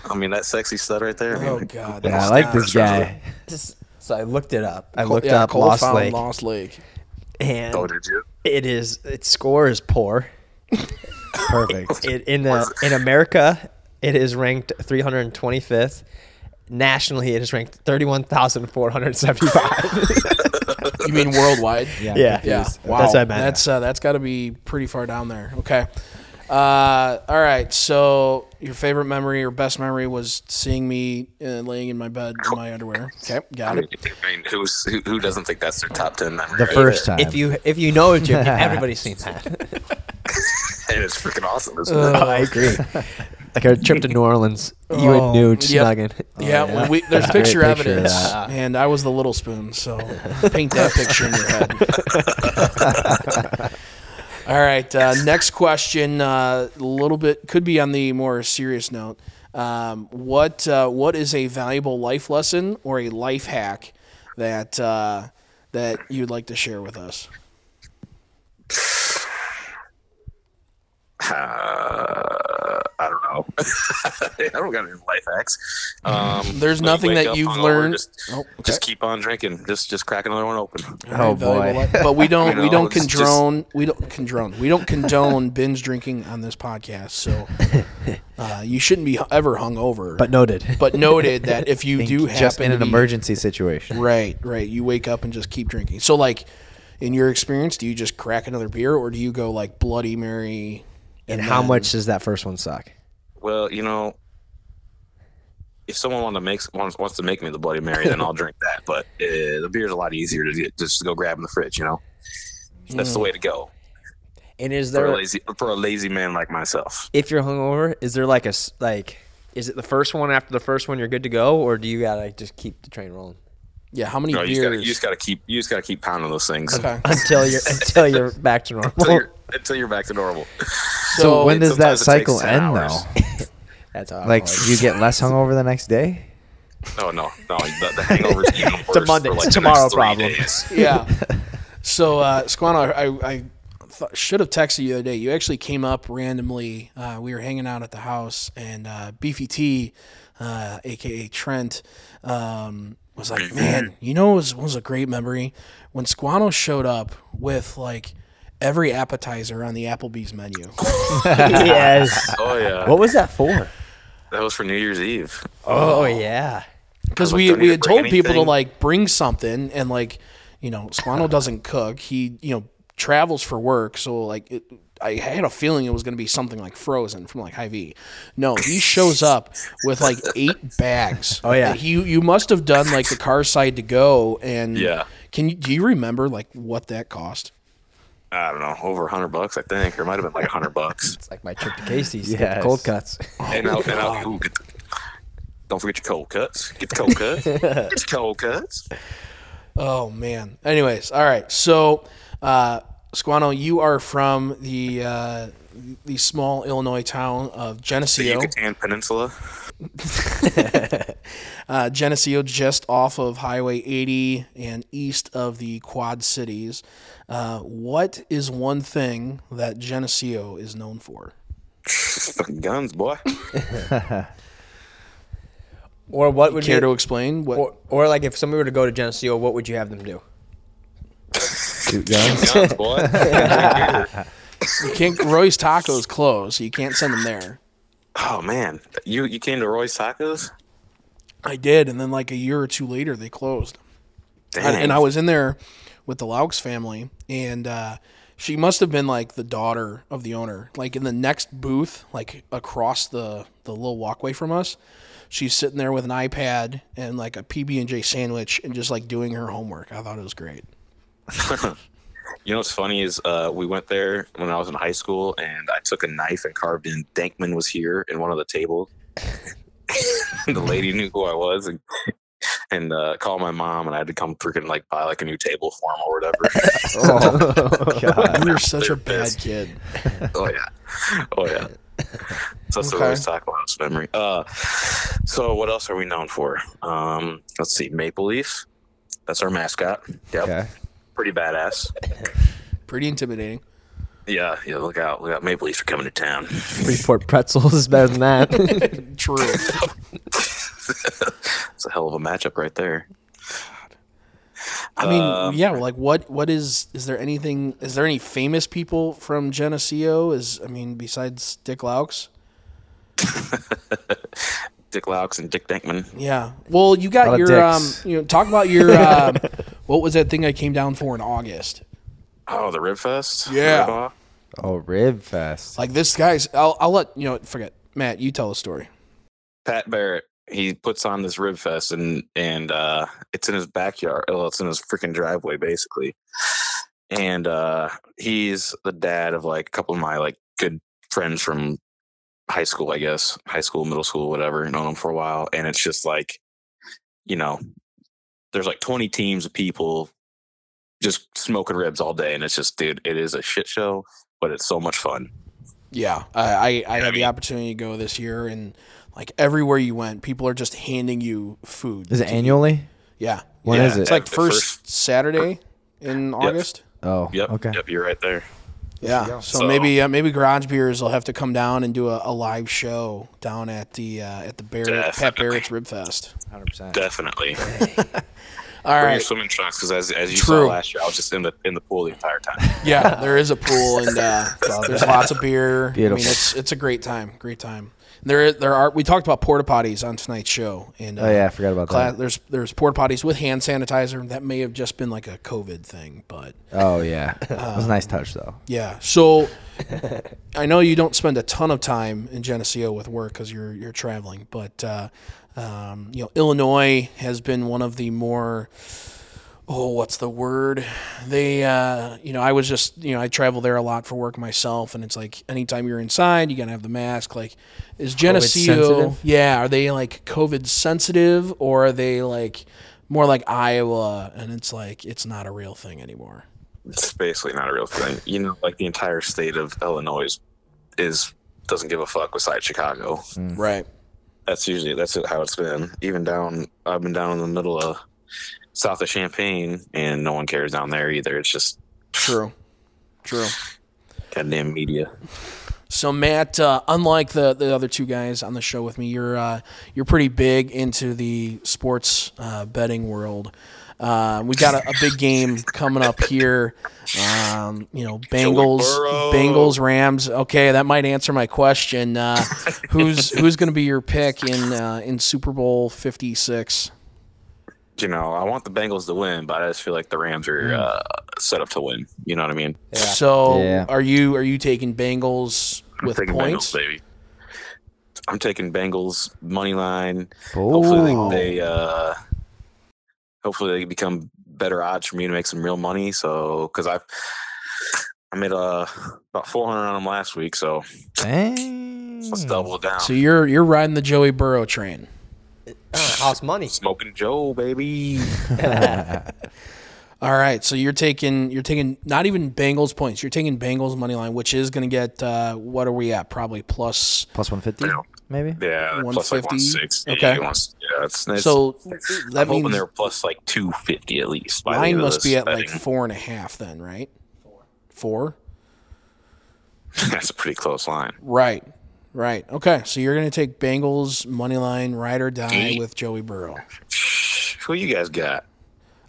D: I mean that sexy stud right there. I mean,
A: Oh God.
B: yeah, I
A: that's
B: like
A: not-
B: this guy.
C: So I looked it up.
B: I looked
A: yeah,
B: up
A: Cole
B: Lost
A: found
B: Lake.
A: Lost Lake.
C: and
D: oh, did you?
C: it is its score is poor.
B: Perfect.
C: It, in the in America, it is ranked 325th. Nationally, it is ranked 31,475.
A: You mean worldwide?
C: yeah,
A: Yeah. Wow.
C: That's what I meant.
A: That's uh, that's got to be pretty far down there. Okay. Uh, all right. So your favorite memory or best memory was seeing me uh, laying in my bed in my underwear. Okay,
D: I
A: got
D: mean,
A: it.
D: I mean, who's who, who doesn't think that's their top ten memory?
B: The
D: right
B: first
D: there?
B: time.
C: if you if you know it, Jim, everybody's seen that.
D: and it's freaking awesome. Isn't
A: Uh,
D: it?
C: I agree. like our trip to New Orleans, you
A: Oh,
C: and Nuge
A: yep.
C: snugging.
A: yeah, when we, there's picture
B: Oh, Great picture of
A: evidence,
B: that.
A: and I was the little spoon. So paint that picture in your head. all right. Uh, next question. uh, A little bit could be on the more serious note. Um, what uh, what is a valuable life lesson or a life hack that uh, that you'd like to share with us?
D: Uh, I don't know. I don't got any life hacks. Um,
A: There's
D: when you
A: nothing
D: wake
A: that
D: up
A: you've
D: hungover,
A: learned.
D: Just,
A: Oh, okay.
D: just keep on drinking. Just just crack another one open.
B: oh
A: Valuable
B: boy.
A: life- but we don't
D: You
A: we
D: know,
A: don't
D: it's just-
A: condone we don't condone we don't condone binge drinking on this podcast. So uh, you shouldn't be ever hungover.
C: But noted.
A: but noted that if you do happen
B: just in
A: to
B: an
A: be-
B: emergency situation.
A: right, right, you wake up and just keep drinking. So like in your experience, do you just crack another beer or do you go like Bloody Mary?
C: and how
A: then-
C: much does that first one suck?
D: Well, you know, if someone wants to make wants, wants to make me the Bloody Mary, then I'll drink that. But uh, the beer's a lot easier to get, just to go grab in the fridge. You know, that's the way to go
C: And is
D: for
C: there
D: a lazy for a lazy man like myself.
C: if you're hungover, is there like a s- like is it the first one after the first one you're good to go, or do you gotta just keep the train rolling
A: Yeah, how many
D: No, you, just gotta, you
A: beers?
D: just gotta keep you just gotta keep pounding those things
A: Okay.
C: until you're until you're back to normal?
D: until, you're, until you're back to normal.
A: So,
B: So when does that
D: sometimes it
B: cycle
D: takes 10
B: end
D: hours.
B: though?
C: That's how.
B: Like you get less hungover the next day?
D: No, no, no. The, the hangover's even worse.
C: a Monday.
D: for, like,
C: It's a
D: the next
C: tomorrow
D: three
C: problem.
D: days.
A: yeah. So, uh, Squano, I, I th- should have texted you the other day. You actually came up randomly. Uh, we were hanging out at the house, and uh, Beefy T, uh, aka Trent, um, was like, "Man, you know, it was was a great memory when Squano showed up with like." Every appetizer on the Applebee's menu.
C: yes.
D: Oh yeah,
C: What was that for?
D: that was for New Year's Eve.
C: Oh yeah.
A: because
D: Like,
A: we
D: don't
A: we
D: need
A: had
D: to bring
A: told people to
D: anything.
A: like bring something and like you know Squano doesn't cook he you know travels for work so like it, I had a feeling it was going to be something like frozen from like Hy-Vee. No, he shows up with like eight bags.
C: Oh, yeah.
A: you you must have done like the car side to go and
D: Yeah.
A: Can you do you remember like what that cost?
D: I don't know, over hundred bucks, I think, or it might have been like hundred bucks.
C: It's like my trip to Casey's. to get the
B: Yes.
C: cold cuts.
A: Oh,
D: and I'll, and I'll, ooh, get the, don't forget your cold cuts. Get the cold cuts. get the cold cuts.
A: Oh man. Anyways, all right. So, uh, Squano, you are from the uh, the small Illinois town of
D: The
A: Geneseo.
D: Yucatan Peninsula.
A: uh, Geneseo, just off of Highway 80 and east of the Quad Cities. Uh, what is one thing that Geneseo is known for?
D: Fucking guns, boy.
C: Or what would
A: Care to
C: you,
A: explain what?
C: or, or like if somebody were to go to Geneseo, what would you have them do?
B: Shoot guns.
D: Guns, boy.
A: you can't Roy's Tacos closed, so you can't send them there.
D: oh man, you you came to Roy's Tacos?
A: I did, and then like a year or two later, they closed.
D: Dang.
A: I, and I was in there with the Laux family, and uh, she must have been like the daughter of the owner. Like in the next booth, like across the the little walkway from us, she's sitting there with an iPad and like a PB and J sandwich, and just like doing her homework. I thought it was great.
D: You know what's funny is uh, we went there when I was in high school, and I took a knife and carved in Dankman was here in one of the tables. the lady knew who I was and and uh, called my mom, and I had to come freaking like buy like a new table for him or whatever.
B: Oh, God.
A: You were such a bad
D: They're pissed.
A: kid.
D: oh yeah, oh yeah. So that's the
A: Okay.
D: Roy's Taco House memory. Uh, so what else are we known for? Um, let's see, Maple Leaf. That's our mascot. Yep,
B: Okay.
D: pretty badass.
A: Pretty intimidating.
D: Yeah, yeah. Look out, look out. Maple Leafs are coming to town.
C: Freeport pretzels is better than that.
A: True.
D: It's a hell of a matchup right there.
A: I mean, yeah. Like, what? What is? Is there anything? Is there any famous people from Geneseo? Is I mean, besides Dick Laux?
D: Dick Laux and Dick Dankman.
A: Yeah. Well, you
B: lot
A: got
B: of
A: your um,
B: dicks.
A: you know, talk about your um, what was that thing I came down for in August?
D: Oh, the Rib Fest?
A: Yeah.
D: Rib Off?
B: Oh, rib fest.
A: Like this guy's, I'll I'll let you know. Forget Matt. You tell the story.
D: Pat Barrett, he puts on this Rib Fest and and uh it's in his backyard. Well, it's in his freaking driveway basically. And uh he's the dad of like a couple of my like good friends from high school, I guess. High school, middle school, whatever. Known him for a while and it's just like you know, there's like 20 teams of people just smoking ribs all day and it's just dude, it is a shit show, but it's so much fun.
A: Yeah, I I, I had the opportunity to go this year, and like everywhere you went, people are just handing you food.
B: Is it annually?
A: Yeah,
B: When
D: Yeah,
B: is
A: it's
B: it?
A: like
D: the
A: first,
D: first-
A: Saturday in August.
B: Oh,
D: Yep.
B: okay.
D: Yep, you're right there.
A: Yeah, so,
D: So-
A: maybe uh, maybe Garage Beers will have to come down and do a, a live show down at the uh, at the Barrett, Pat
D: Definitely.
A: Barrett's Rib Fest.
B: 100%.
D: Definitely.
A: All
D: Bring your
A: right,
D: swimming trunks because as, as you
A: True.
D: saw last year, I was just in the in the pool the entire time.
A: Yeah, there is a pool and uh, there's lots of beer. I
B: Beautiful.
A: mean, it's it's a great time, great time. There there are we talked about porta potties on tonight's show and uh,
B: Oh, yeah. I forgot about
A: cla-
B: that.
A: there's there's porta potties with hand sanitizer that may have just been like a COVID thing, but
B: Oh, yeah. It was a nice touch, though.
A: yeah. So I know you don't spend a ton of time in Geneseo with work because you're you're traveling, but uh, um, you know Illinois has been one of the more oh what's the word they uh, you know I was just you know I travel there a lot for work myself, and it's like anytime you're inside you gotta have the mask. Like is Geneseo
C: sensitive?
A: yeah are they like COVID sensitive or are they like more like Iowa and it's like it's not a real thing anymore.
D: It's basically not a real thing. You know, like the entire state of Illinois is, is doesn't give a fuck besides Chicago.
A: Right.
D: That's usually that's how it's been. Even down, I've been down in the middle of south of Champaign, and no one cares down there either. It's just
A: True. True.
D: goddamn media.
A: So Matt, uh, unlike the, the other two guys on the show with me, you're uh, you're pretty big into the sports uh, betting world. Uh, we got a, a big game coming up here. Um, you know, Bengals,
D: Burrow.
A: Bengals, Rams. Okay, that might answer my question. Uh, who's who's going to be your pick in uh, in Super Bowl Fifty Six?
D: You know, I want the Bengals to win, but I just feel like the Rams are
A: Mm.
D: uh, set up to win. You know what I mean?
A: So
B: Yeah.
A: are you are you taking Bengals with
D: taking
A: points?
D: Bengals, baby. I'm taking Bengals money line.
B: Oh.
D: Hopefully they, they uh, hopefully they become better odds for me to make some real money. So because I I made uh, about 400 on them last week, so
B: Dang.
D: let's double it down.
A: Hmm. So you're you're riding the Joey Burrow train.
C: Ah, House money.
D: Smoking Joe, baby.
A: All right, so you're taking you're taking not even Bengals points. You're taking Bengals money line, which is going to get uh, what are we at? Probably plus.
B: Plus 150,
D: Yeah.
B: maybe?
D: Yeah, plus like
A: 150?
D: 160.
A: Okay.
D: Yeah, it's, it's-
A: so that
D: I'm hoping
A: means
D: they're plus like 250 at least. by the
A: line
D: end of
A: must
D: this
A: be at like
D: betting.
A: four and a half, then, right? Four. Four.
D: That's a pretty close line.
A: Right. Right. Okay. So you're going to take Bengals money line ride or die
D: Eight.
A: with Joey Burrow.
D: Who you guys got?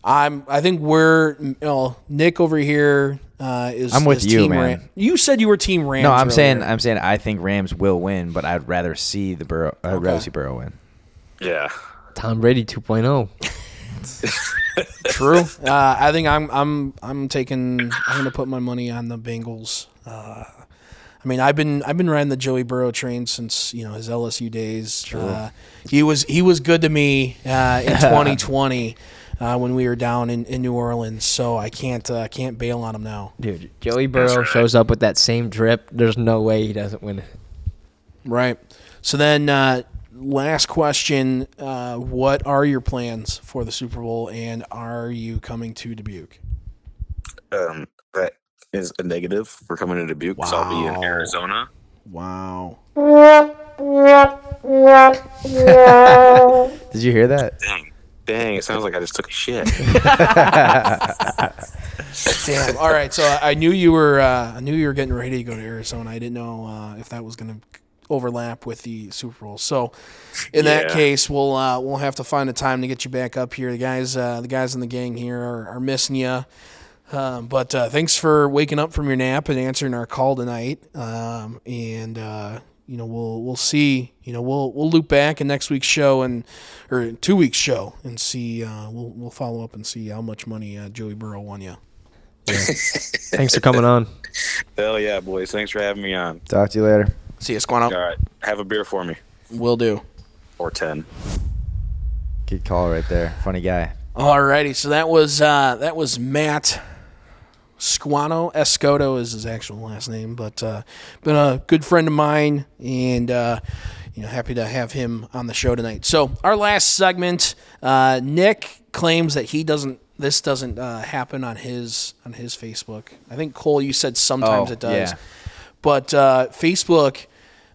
A: I'm. I think we're. Well, Nick over here uh, is.
B: I'm with
A: is
B: you,
A: team
B: man.
A: Ram- You said you were Team Rams.
B: No, I'm
A: earlier.
B: saying I'm saying I think Rams will win, but I'd rather see the Burrow. I'd rather see Burrow win.
D: Yeah.
E: Tom Brady
C: oh.
E: 2.0.
A: True. Uh, I think I'm I'm I'm taking I'm gonna put my money on the Bengals. Uh, I mean, I've been I've been riding the Joey Burrow train since you know his LSU days. Uh, he was he was good to me uh, in 2020 uh, when we were down in, in New Orleans. So I can't uh, can't bail on him now.
E: Dude, Joey Burrow shows up with that same drip. There's no way he doesn't win.
A: Right. So then, uh, last question: uh, What are your plans for the Super Bowl, and are you coming to Dubuque?
D: Um, that is a negative for coming to Dubuque. So I'll be in
A: Wow.
D: Arizona.
A: Wow.
B: Did you hear that?
D: Dang. Dang. It sounds like I just took a shit.
A: Damn. All right. So I I knew you were. Uh, I knew you were getting ready to go to Arizona. I didn't know uh, if that was going to overlap with the Super Bowl. So in that
D: Yeah.
A: case, we'll uh, we'll have to find a time to get you back up here. The guys, uh, the guys in the gang here are, are missing you. Um, but uh, thanks for waking up from your nap and answering our call tonight. Um, and uh, you know we'll we'll see. You know we'll we'll loop back in next week's show and or in two weeks show and see. Uh, we'll we'll follow up and see how much money uh, Joey Burrow won you.
E: Thanks for coming on.
D: Hell yeah, boys. Thanks for having me on.
B: Talk to you later.
A: See you, Squano.
D: All right. Have a beer for me
A: Will do.
D: or 10.
B: Good call right there. Funny guy.
A: Alrighty, so that was uh, that was Matt Squano. Escoto is his actual last name, but uh, been a good friend of mine, and uh, you know happy to have him on the show tonight. So our last segment, uh, Nick claims that he doesn't. This doesn't uh, happen on his on his Facebook. I think Cole, you said sometimes
B: Oh,
A: it does,
B: yeah.
A: but uh, Facebook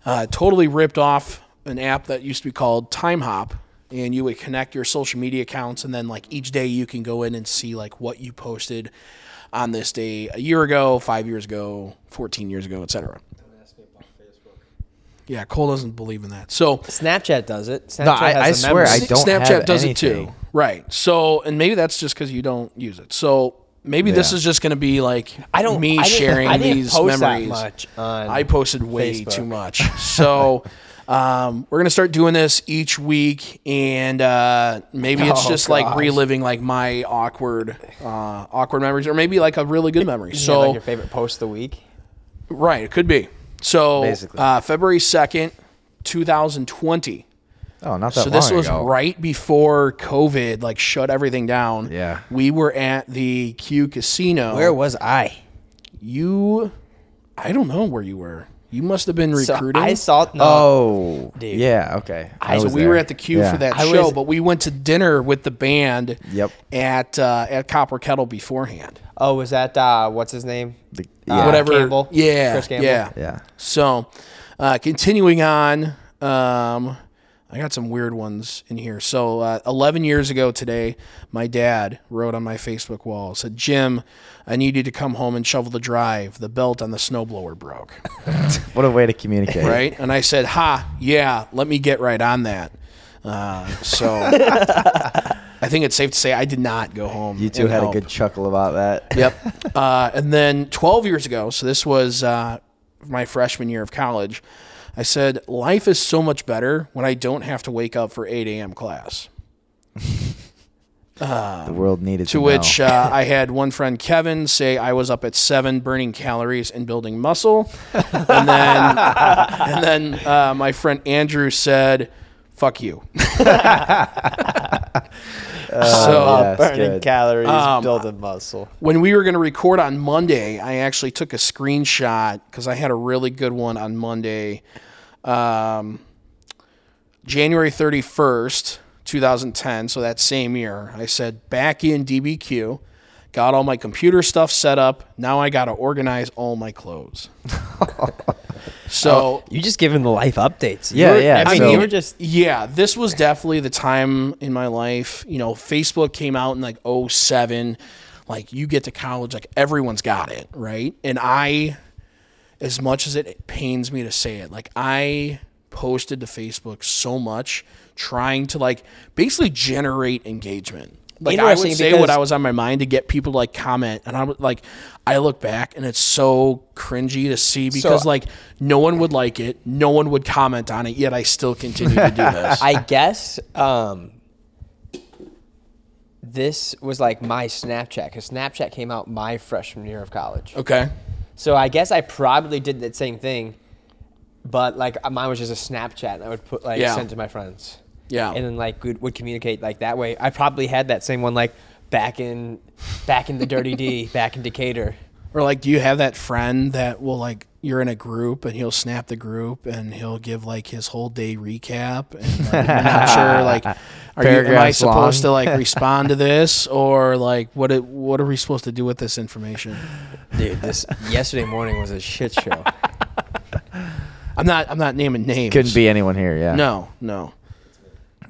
A: uh, totally ripped off an app that used to be called Time Hop, and you would connect your social media accounts, and then like each day you can go in and see like what you posted on this day a year ago, five years ago, fourteen years ago, etc. Yeah, Cole doesn't believe in that. So
C: Snapchat does it. Snapchat
B: I- I
C: has a
B: swear,
C: memory.
B: I
A: S-
B: don't
A: Snapchat
B: have
A: does it too,
B: anything.
A: right? So, and maybe that's just because you don't use it. So maybe this
B: Yeah.
A: is just going to be like I
C: don't-
A: me
C: I didn't-
A: sharing
C: I didn't
A: these
C: post that
A: memories.
C: much on
A: I posted way
C: Facebook.
A: too much. So. Um, we're gonna start doing this each week, and uh, maybe it's
C: Oh,
A: just like
C: gosh.
A: reliving like my awkward, uh, awkward memories, or maybe like a really good memory.
C: So
A: So
C: like your favorite post of the week.
A: right, it could be. So
B: Basically.
A: uh, February second, two thousand twenty.
B: Oh, not
A: So
B: that long
A: this was
B: ago.
A: right before COVID, like shut everything down.
B: Yeah.
A: we were at the Q Casino.
C: Where was I?
A: you? I don't know where you were. You must have been
C: So
A: recruiting.
C: I saw. No,
B: Oh,
C: Dude.
B: yeah. Okay. I
A: so
B: was
A: we
B: there.
A: were at the Q
B: Yeah.
A: for that
C: I
A: show,
C: was-
A: but we went to dinner with the band.
B: Yep.
A: At uh, at Copper Kettle beforehand.
C: Oh, was that uh, what's his name?
B: The- yeah.
A: Whatever.
C: Uh, Campbell?
A: Yeah.
C: Chris Campbell?
A: Yeah.
B: Yeah.
A: So, uh, continuing on, um, I got some weird ones in here. So, uh, 11 years ago today, my dad wrote on my Facebook wall, said, Jim, I need you to come home and shovel the drive. The belt on the snowblower broke.
B: What a way to communicate.
A: Right? And I said, Ha, yeah, let me get right on that. Uh, so, I think it's safe to say I did not go home.
B: You two
A: and
B: had
A: help.
B: a good chuckle about that.
A: Yep. Uh, and then 12 years ago, so this was uh, my freshman year of college, I said, Life is so much better when I don't have to wake up for 8 a.m. class.
B: the world needed to,
A: Um, To
B: know.
A: which uh, I had one friend, Kevin, say I was up at seven burning calories and building muscle. And then, and then uh, my friend Andrew said, Fuck you. so
B: yeah. That's
C: Burning
B: good.
C: calories, building muscle.
A: when we were going to record on Monday, I actually took a screenshot because I had a really good one on Monday, um, January 31st, 2010. So that same year, I said, back in DBQ, got all my computer stuff set up. Now I got to organize all my clothes. so
E: You just giving the life updates.
B: yeah, yeah.
C: I mean,
B: so,
C: you were just
A: yeah, this was definitely the time in my life. You know, Facebook came out in like 07. Like you get to college, like everyone's got it, right? And I as much as it pains me to say it, like I posted to Facebook so much trying to like basically generate engagement. Like I would
C: Interesting,
A: say what
C: because-
A: I was on my mind to get people to like comment, and I would like I look back and it's so cringy to see because like no one would like it, no one would comment on it, yet I still continue to do this.
C: I guess um, this was like my Snapchat because Snapchat came out my freshman year of college.
A: Okay,
C: So I guess I probably did that same thing, but like uh, mine was just a Snapchat and I would put like
A: Yeah.
C: send to my friends.
A: Yeah.
C: And then like would, would communicate like that way. I probably had that same one like back in back in the dirty D, back in Decatur.
A: or like do you have that friend that will like you're in a group and he'll snap the group and he''ll give like his whole day recap and like, I'm not sure like are you, am I
B: Paragraphs
A: supposed to
B: long.
A: like respond to this or like what it, what are we supposed to do with this information?
C: Dude, this yesterday morning was a shit show.
A: I'm not I'm not naming names.
B: Couldn't be anyone here. Yeah.
A: No, no.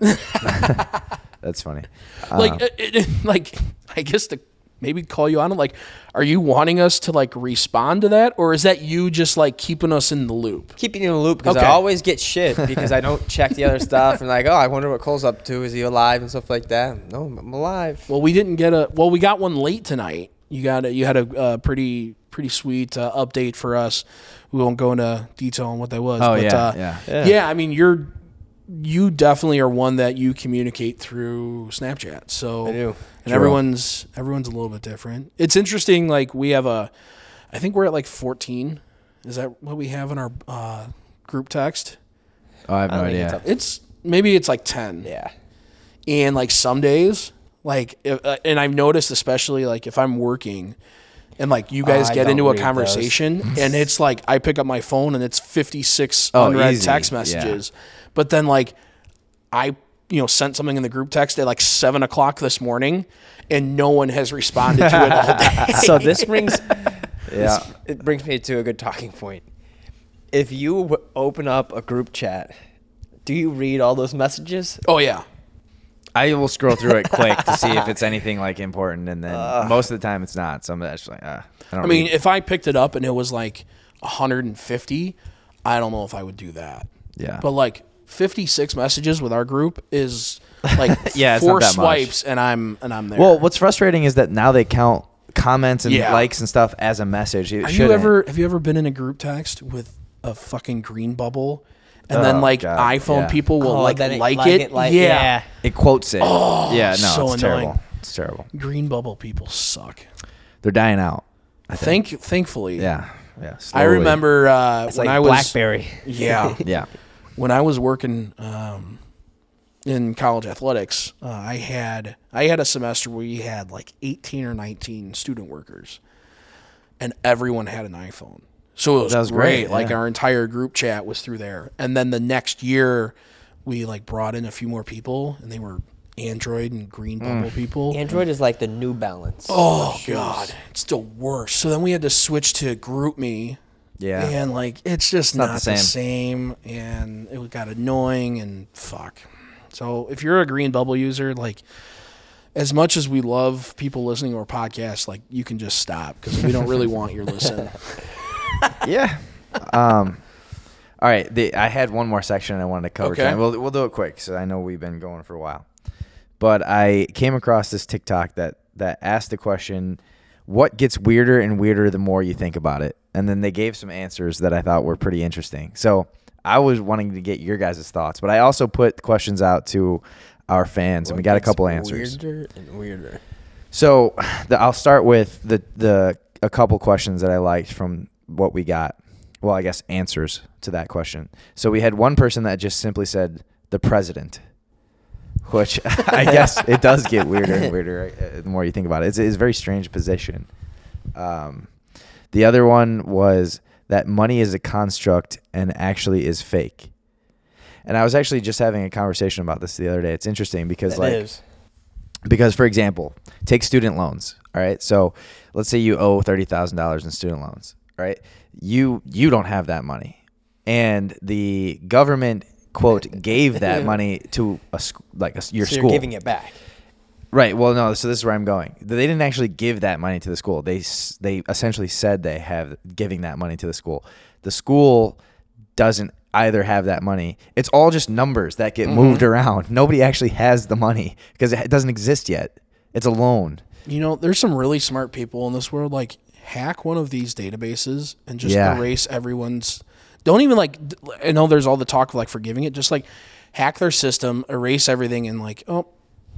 B: That's funny.
A: like it, it, like I guess to maybe call you on it like are you wanting us to like respond to that or is that you just like keeping us in the loop?
C: Keeping you in the loop because
A: Okay.
C: I always get shit because I don't check the other stuff and like, oh, I wonder what Cole's up to. Is he alive and stuff like that? No, I'm alive.
A: Well, we didn't get a. Well, we got one late tonight. You got a, you had a uh, pretty pretty sweet uh, update for us. We won't go into detail on what that was.
B: Oh,
A: but,
B: yeah,
A: uh,
B: yeah.
A: yeah, I mean, you're you definitely are one that you communicate through Snapchat. So
C: do.
A: and everyone's everyone's a little bit different. It's interesting. Like we have a, I think we're at like 14. Is that what we have in our uh, group text?
B: Oh, I have no
C: think
B: idea.
C: it's up-
A: It's maybe it's like 10
C: Yeah.
A: and like some days like if, uh, and i've noticed especially like if i'm working and like you guys
C: I
A: get
C: don't
A: into a
C: read those.
A: conversation and it's like i pick up my phone and it's 56
B: Oh,
A: unread
B: easy.
A: text
B: Yeah.
A: messages but then like i you know sent something in the group text at like seven o'clock this morning and no one has responded to it all day
C: So this brings
B: Yeah.
C: it brings me to a good talking point. If you w- open up a group chat, do you read all those messages?
A: oh yeah
B: I will scroll through it quick to see if it's anything like important, and then most of the time it's not. So I'm actually, uh, I don't.
A: i mean
B: read.
A: if i picked it up and it was like 150 i don't know if i would do that
B: yeah,
A: But like 56 messages with our group is like
B: Yeah, it's not
A: four
B: that much.
A: swipes and I'm and I'm there.
B: well, what's frustrating is that now they count comments and
A: Yeah.
B: likes and stuff as a message. It
A: have
B: shouldn't.
A: you ever have you ever been in a group text with a fucking green bubble and then
B: Oh,
A: like
B: God,
A: iPhone
B: yeah.
A: people will
C: Oh,
A: like
C: then
A: like, it,
C: like-
A: yeah.
B: It quotes it. Oh, yeah, no,
A: so
B: it's
A: annoying.
B: terrible. It's terrible.
A: Green bubble people suck.
B: They're dying out. I think.
A: Thank thankfully.
B: Yeah, yeah.
A: I
B: slowly.
A: remember uh,
C: It's
A: when
C: like
A: I was
C: BlackBerry.
A: yeah
B: Yeah.
A: when I was working um, in college athletics, uh, I had I had a semester where we had like 18 or 19 student workers, and everyone had an iPhone. So it was,
B: That was
A: great.
B: great,
A: Like
B: yeah.
A: our entire group chat was through there. And then the next year, we like brought in a few more people, and they were Android and Green Bubble
B: Mm.
A: people.
C: Android is like the New Balance.
A: oh God, it's the worst. So then we had to switch to GroupMe,
B: Yeah.
A: and like it's just
B: not
A: not,
B: the
A: the, same. and it got annoying and fuck. So if you're a green bubble user, like as much as we love people listening to our podcast, like you can just stop because we don't really want your listen.
B: yeah. Um, all right. The, I had one more section I wanted to cover.
A: Okay.
B: tonight. We'll, we'll do it quick. So I know we've been going for a while. But I came across this TikTok that, that asked the question, what gets weirder and weirder the more you think about it? And then they gave some answers that I thought were pretty interesting. So I was wanting to get your guys' thoughts, but I also put questions out to our fans and we got a couple answers.
C: Weirder and weirder.
B: So the, I'll start with the the a couple questions that I liked from what we got. Well, I guess answers to that question. So we had one person that just simply said the president, which I guess it does get weirder and weirder uh, the more you think about it. It's, it's a very strange position. Um, the other one was that money is a construct and actually is fake. And I was actually just having a conversation about this the other day. It's interesting because
C: It
B: like
C: is.
B: because for example take student loans all right so let's say you owe $30000 in student loans right you you don't have that money and the government quote gave that money to a sc- like a, your
C: So
B: school
C: you're giving it back.
B: Right. Well, no. So this is where I'm going. They didn't actually give that money to the school. They s- they essentially said they have giving that money to the school. The school doesn't either have that money. It's all just numbers that get moved around. Nobody actually has the money because it doesn't exist yet. It's a loan.
A: You know, there's some really smart people in this world. Like, hack one of these databases and just
B: Yeah.
A: erase everyone's. Don't even like. d- I know there's all the talk of like forgiving it. Just like hack their system, erase everything, and like, oh,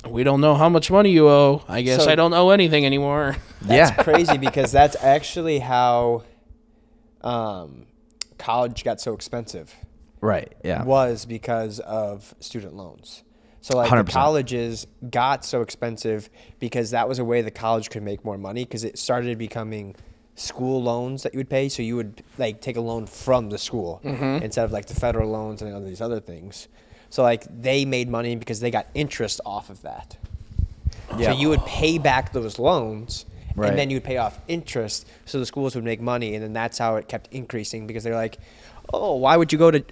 A: we don't know how much money you owe. I guess
C: So-
A: I don't owe anything anymore.
B: yeah.
C: crazy because that's actually how um, college got so expensive
B: right. Yeah.
C: was because of student loans. So like the
B: 100%.
C: colleges got so expensive because that was a way the college could make more money because it started becoming school loans that you would pay. So you would like take a loan from the school instead of like the federal loans and all these other things. So like they made money because they got interest off of that.
B: Yeah.
C: So you would pay back those loans
B: Right.
C: and then you would pay off interest so the schools would make money and then that's how it kept increasing because they're like, "Oh, why would you go to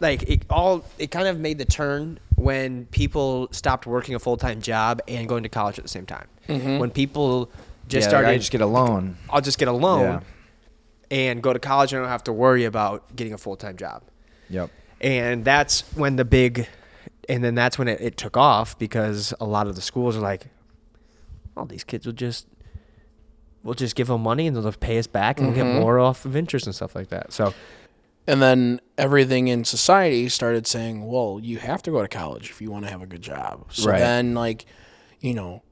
C: like it all it kind of made the turn when people stopped working a full-time job and going to college at the same time. When people just
B: Mm-hmm. yeah,
C: started
B: I just get a loan.
C: I'll just get a loan
B: Yeah.
C: and go to college and I don't have to worry about getting a full-time job
B: Yep.
C: and that's when the big and then that's when it, it took off because a lot of the schools are like well these kids will just we'll just give them money and they'll pay us back and
E: Mm-hmm.
C: we'll get more off of interest and stuff like that so
A: And then everything in society started saying, well, you have to go to college if you want to have a good job. So
B: Right.
A: then, like, you know,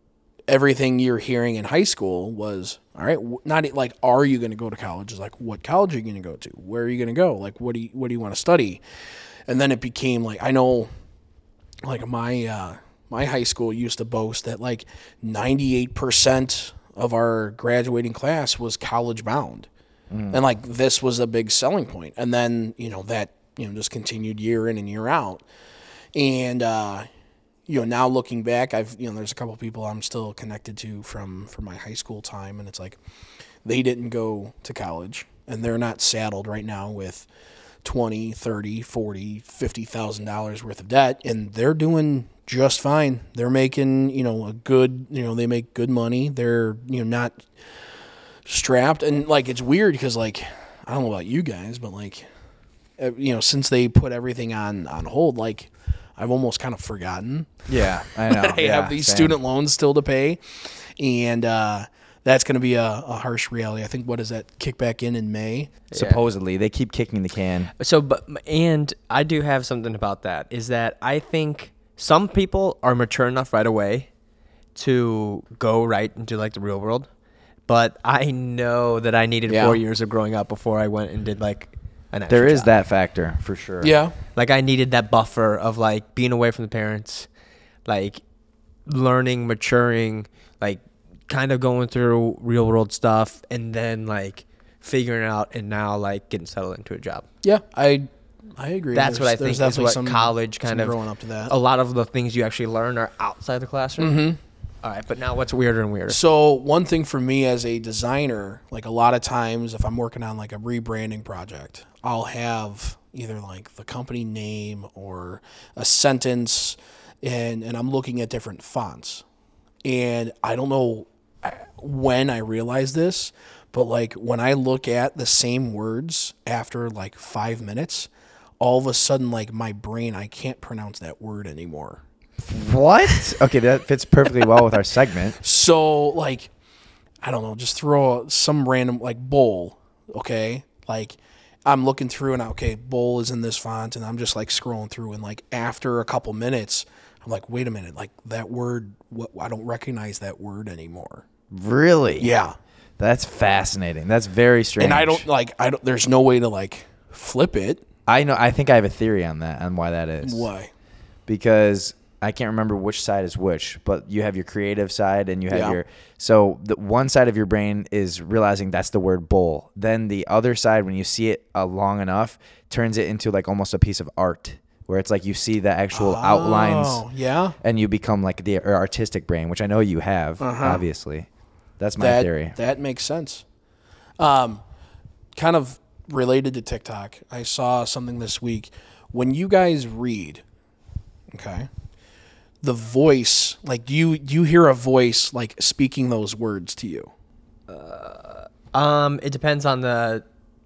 A: everything you're hearing in high school was, all right, w- not e- like, are you going to go to college? It's like, what college are you going to go to? Where are you going to go? Like, what do you, what do you want to study? And then it became like, I know like my uh, my high school used to boast that like 98% of our graduating class was college bound and like this was a big selling point and then you know that you know just continued year in and year out and uh you know now looking back i've you know there's a couple people i'm still connected to from from my high school time and it's like they didn't go to college and they're not saddled right now with 20 30 40 50 thousand dollars worth of debt and they're doing just fine they're making you know a good you know they make good money they're you know not strapped and like it's weird because like i don't know about you guys but like uh, you know since they put everything on on hold like i've almost kind of forgotten
B: Yeah. I know.
A: I
B: yeah,
A: have these
B: same.
A: student loans still to pay, and uh, that's going to be a, a harsh reality. I think what is that kickback in in May?
B: Supposedly, they keep kicking the can.
E: So, but and I do have something about that. Is that I think some people are mature enough right away to go right into like the real world, but I know that I needed
A: Yeah.
E: four years of growing up before I went and did like an.
B: There
E: actual
B: is
E: job.
B: that factor for sure.
A: Yeah,
E: Like I needed that buffer of like being away from the parents, like learning, maturing, like kind of going through real world stuff, and then like figuring out and now like getting settled into a job.
A: yeah, I I agree.
E: That's what I think
A: There's- there's
E: is
A: definitely
E: what
A: some-
E: college
A: some
E: kind of
A: growing up to that.
E: A lot of the things you actually learn are outside the classroom.
A: Mm-hmm.
E: All right, but now what's weirder and weirder?
A: So one thing for me as a designer, like a lot of times if I'm working on like a rebranding project, I'll have either like the company name or a sentence and and I'm looking at different fonts. And I don't know uh, when I realized this, but like when I look at the same words after like 5 minutes, all of a sudden like my brain I can't pronounce that word anymore.
B: What? Okay, that fits perfectly well with our segment.
A: So like, I don't know, just throw some random like bowl, okay? Like I'm looking through and okay, bowl is in this font, and I'm just like scrolling through, and like after a couple minutes, I'm like, wait a minute, like that word, what I don't recognize that word anymore.
B: Really?
A: Yeah,
B: That's fascinating. That's very strange.
A: and I don't like I don't. There's no way to like flip it.
B: I know. I think I have a theory on that and why that is.
A: Why?
B: Because I can't remember which side is which, but you have your creative side and you have
A: Yeah.
B: your. So the one side of your brain is realizing that's the word bull. Then the other side, when you see it uh, long enough, turns it into like almost a piece of art, where it's like you see the actual
A: Oh,
B: outlines,
A: yeah.
B: and you become like the or artistic brain, which I know you have, obviously. That's my
A: Uh-huh. that,
B: theory.
A: That makes sense. Um, kind of related to TikTok, I saw something this week. When you guys read, okay, the voice, like you you hear a voice like speaking those words to you.
C: Um, it depends on the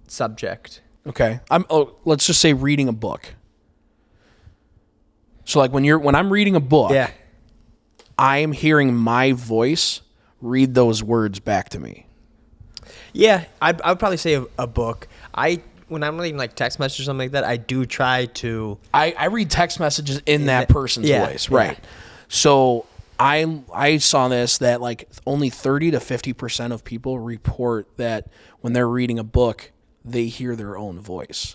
C: subject.
A: Okay. I'm oh, let's just say reading a book. So like when you're when I'm reading a book,
C: Yeah.
A: I am hearing my voice read those words back to me.
C: Yeah, I I would probably say a, a book. I when I'm reading like text message or something like that, I do try to
A: I, I read text messages in that
C: the-
A: person's
C: yeah,
A: voice, right? So I I saw this that like only thirty to fifty percent of people report that when they're reading a book, they hear their own voice,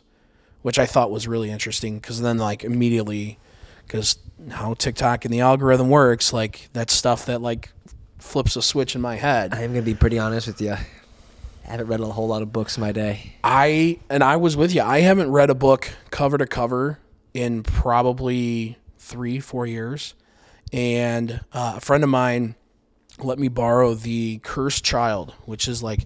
A: which I thought was really interesting because then like immediately, because how TikTok and the algorithm works, like that's stuff that like flips a switch in my head.
C: I am gonna be pretty honest with you. I haven't read a whole lot of books in my day.
A: I and I was with you. I haven't read a book cover to cover in probably three, four years. And uh, a friend of mine let me borrow the Cursed Child, which is like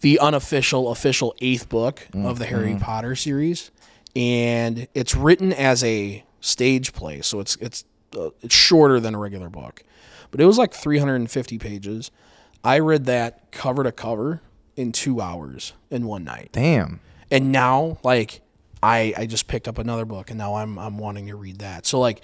A: the unofficial, official eighth book of the Harry Potter series, and it's written as a stage play, so it's it's uh, it's shorter than a regular book, but it was like 350 pages. I read that cover to cover in two hours in one night
B: Damn.
A: and now like I I just picked up another book and now I'm I'm wanting to read that. So like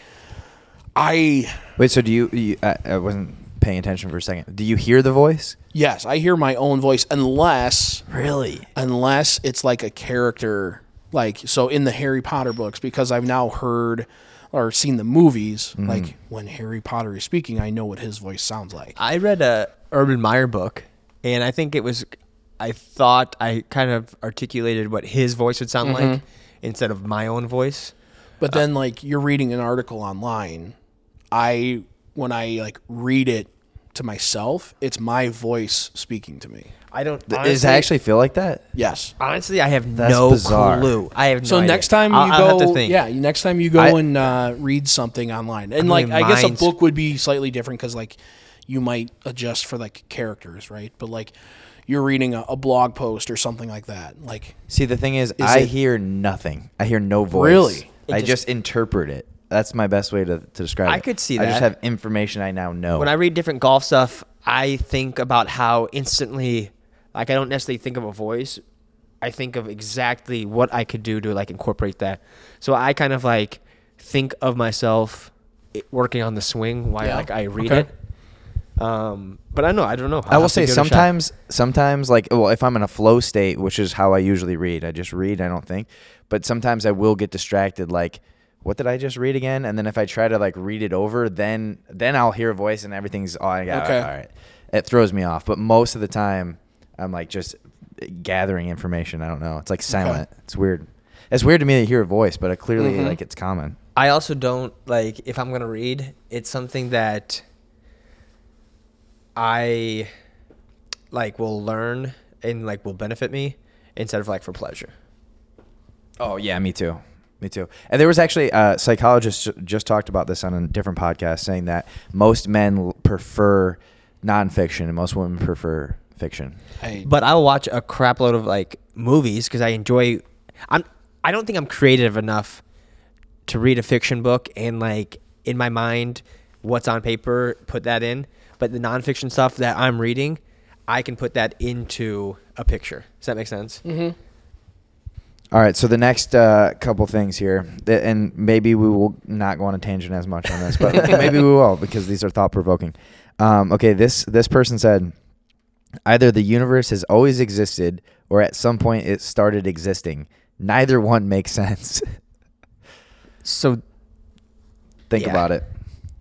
A: I
B: Wait, so do you? you I, I wasn't paying attention for a second. Do you hear the voice?
A: yes, I hear my own voice unless
C: Really?
A: unless it's like a character like so in the Harry Potter books because I've now heard or seen the movies
C: Mm-hmm.
A: like when Harry Potter is speaking, I know what his voice sounds like.
C: I read a Urban Meyer book, and I think it was, I thought I kind of articulated what his voice would sound like instead of my own voice.
A: But then like you're reading an article online, I when I like read it to myself, it's my voice speaking to me.
C: I don't.
B: Th- Does it actually feel like that?
A: Yes.
C: Honestly, I have no
B: bizarre.
C: clue. I have no
A: So
C: idea.
A: next time
C: I'll-
A: you
C: I'll
A: go,
C: have to think.
A: yeah, you- next time you go
B: I-
A: and uh, read something online, and
C: I
A: like
C: mean,
A: I guess a
C: mine's-
A: book would be slightly different because like you might adjust for like characters, right? But like you're reading a, a blog post or something like that, like
B: See, the thing is, I
A: it-
B: hear nothing. I hear no voice.
A: Really?
B: I
C: just-
B: just, interpret it. That's my best way to, to describe it.
C: I could see
B: I just
C: that.
B: have information I now know.
C: when I read different golf stuff, I think about how instantly, like I don't necessarily think of a voice. I think of exactly what I could do to like incorporate that. So I kind of like think of myself i- working on the swing while
A: Yeah.
C: like I read
A: Okay.
C: it. Um, but I know I don't know. I'll
B: I will
C: have to
B: say
C: give it a shot.
B: sometimes, sometimes like well, if I'm in a flow state, which is how I usually read, I just read. I don't think, but sometimes I will get distracted. Like, what did I just read again? And then if I try to like read it over, then then I'll hear a voice and everything's oh, I got
A: Okay.
B: all right. It throws me off, but most of the time I'm like just gathering information. I don't know. It's like silent. It's weird. It's weird to me to hear a voice, but uh, clearly
C: Mm-hmm.
B: like it's common.
C: I also don't like if I'm gonna read, it's something that I like will learn and like will benefit me instead of like for pleasure.
B: Oh yeah, me too. Me too. And there was actually a psychologist ju- just talked about this on a different podcast, saying that most men l- prefer nonfiction and most women prefer fiction.
A: I,
C: But I'll watch a crap load of like movies because I enjoy. I'm. I don't think I'm creative enough to read a fiction book and like in my mind what's on paper put that in. But the nonfiction stuff that I'm reading, I can put that into a picture. Does that make sense?
B: All right, so the next uh, couple things here, th- and maybe we will not go on a tangent as much on this, but maybe we will because these are thought provoking. Um, okay, this this person said, either the universe has always existed, or at some point it started existing. Neither one makes sense.
C: So
B: Think
C: Yeah.
B: about it.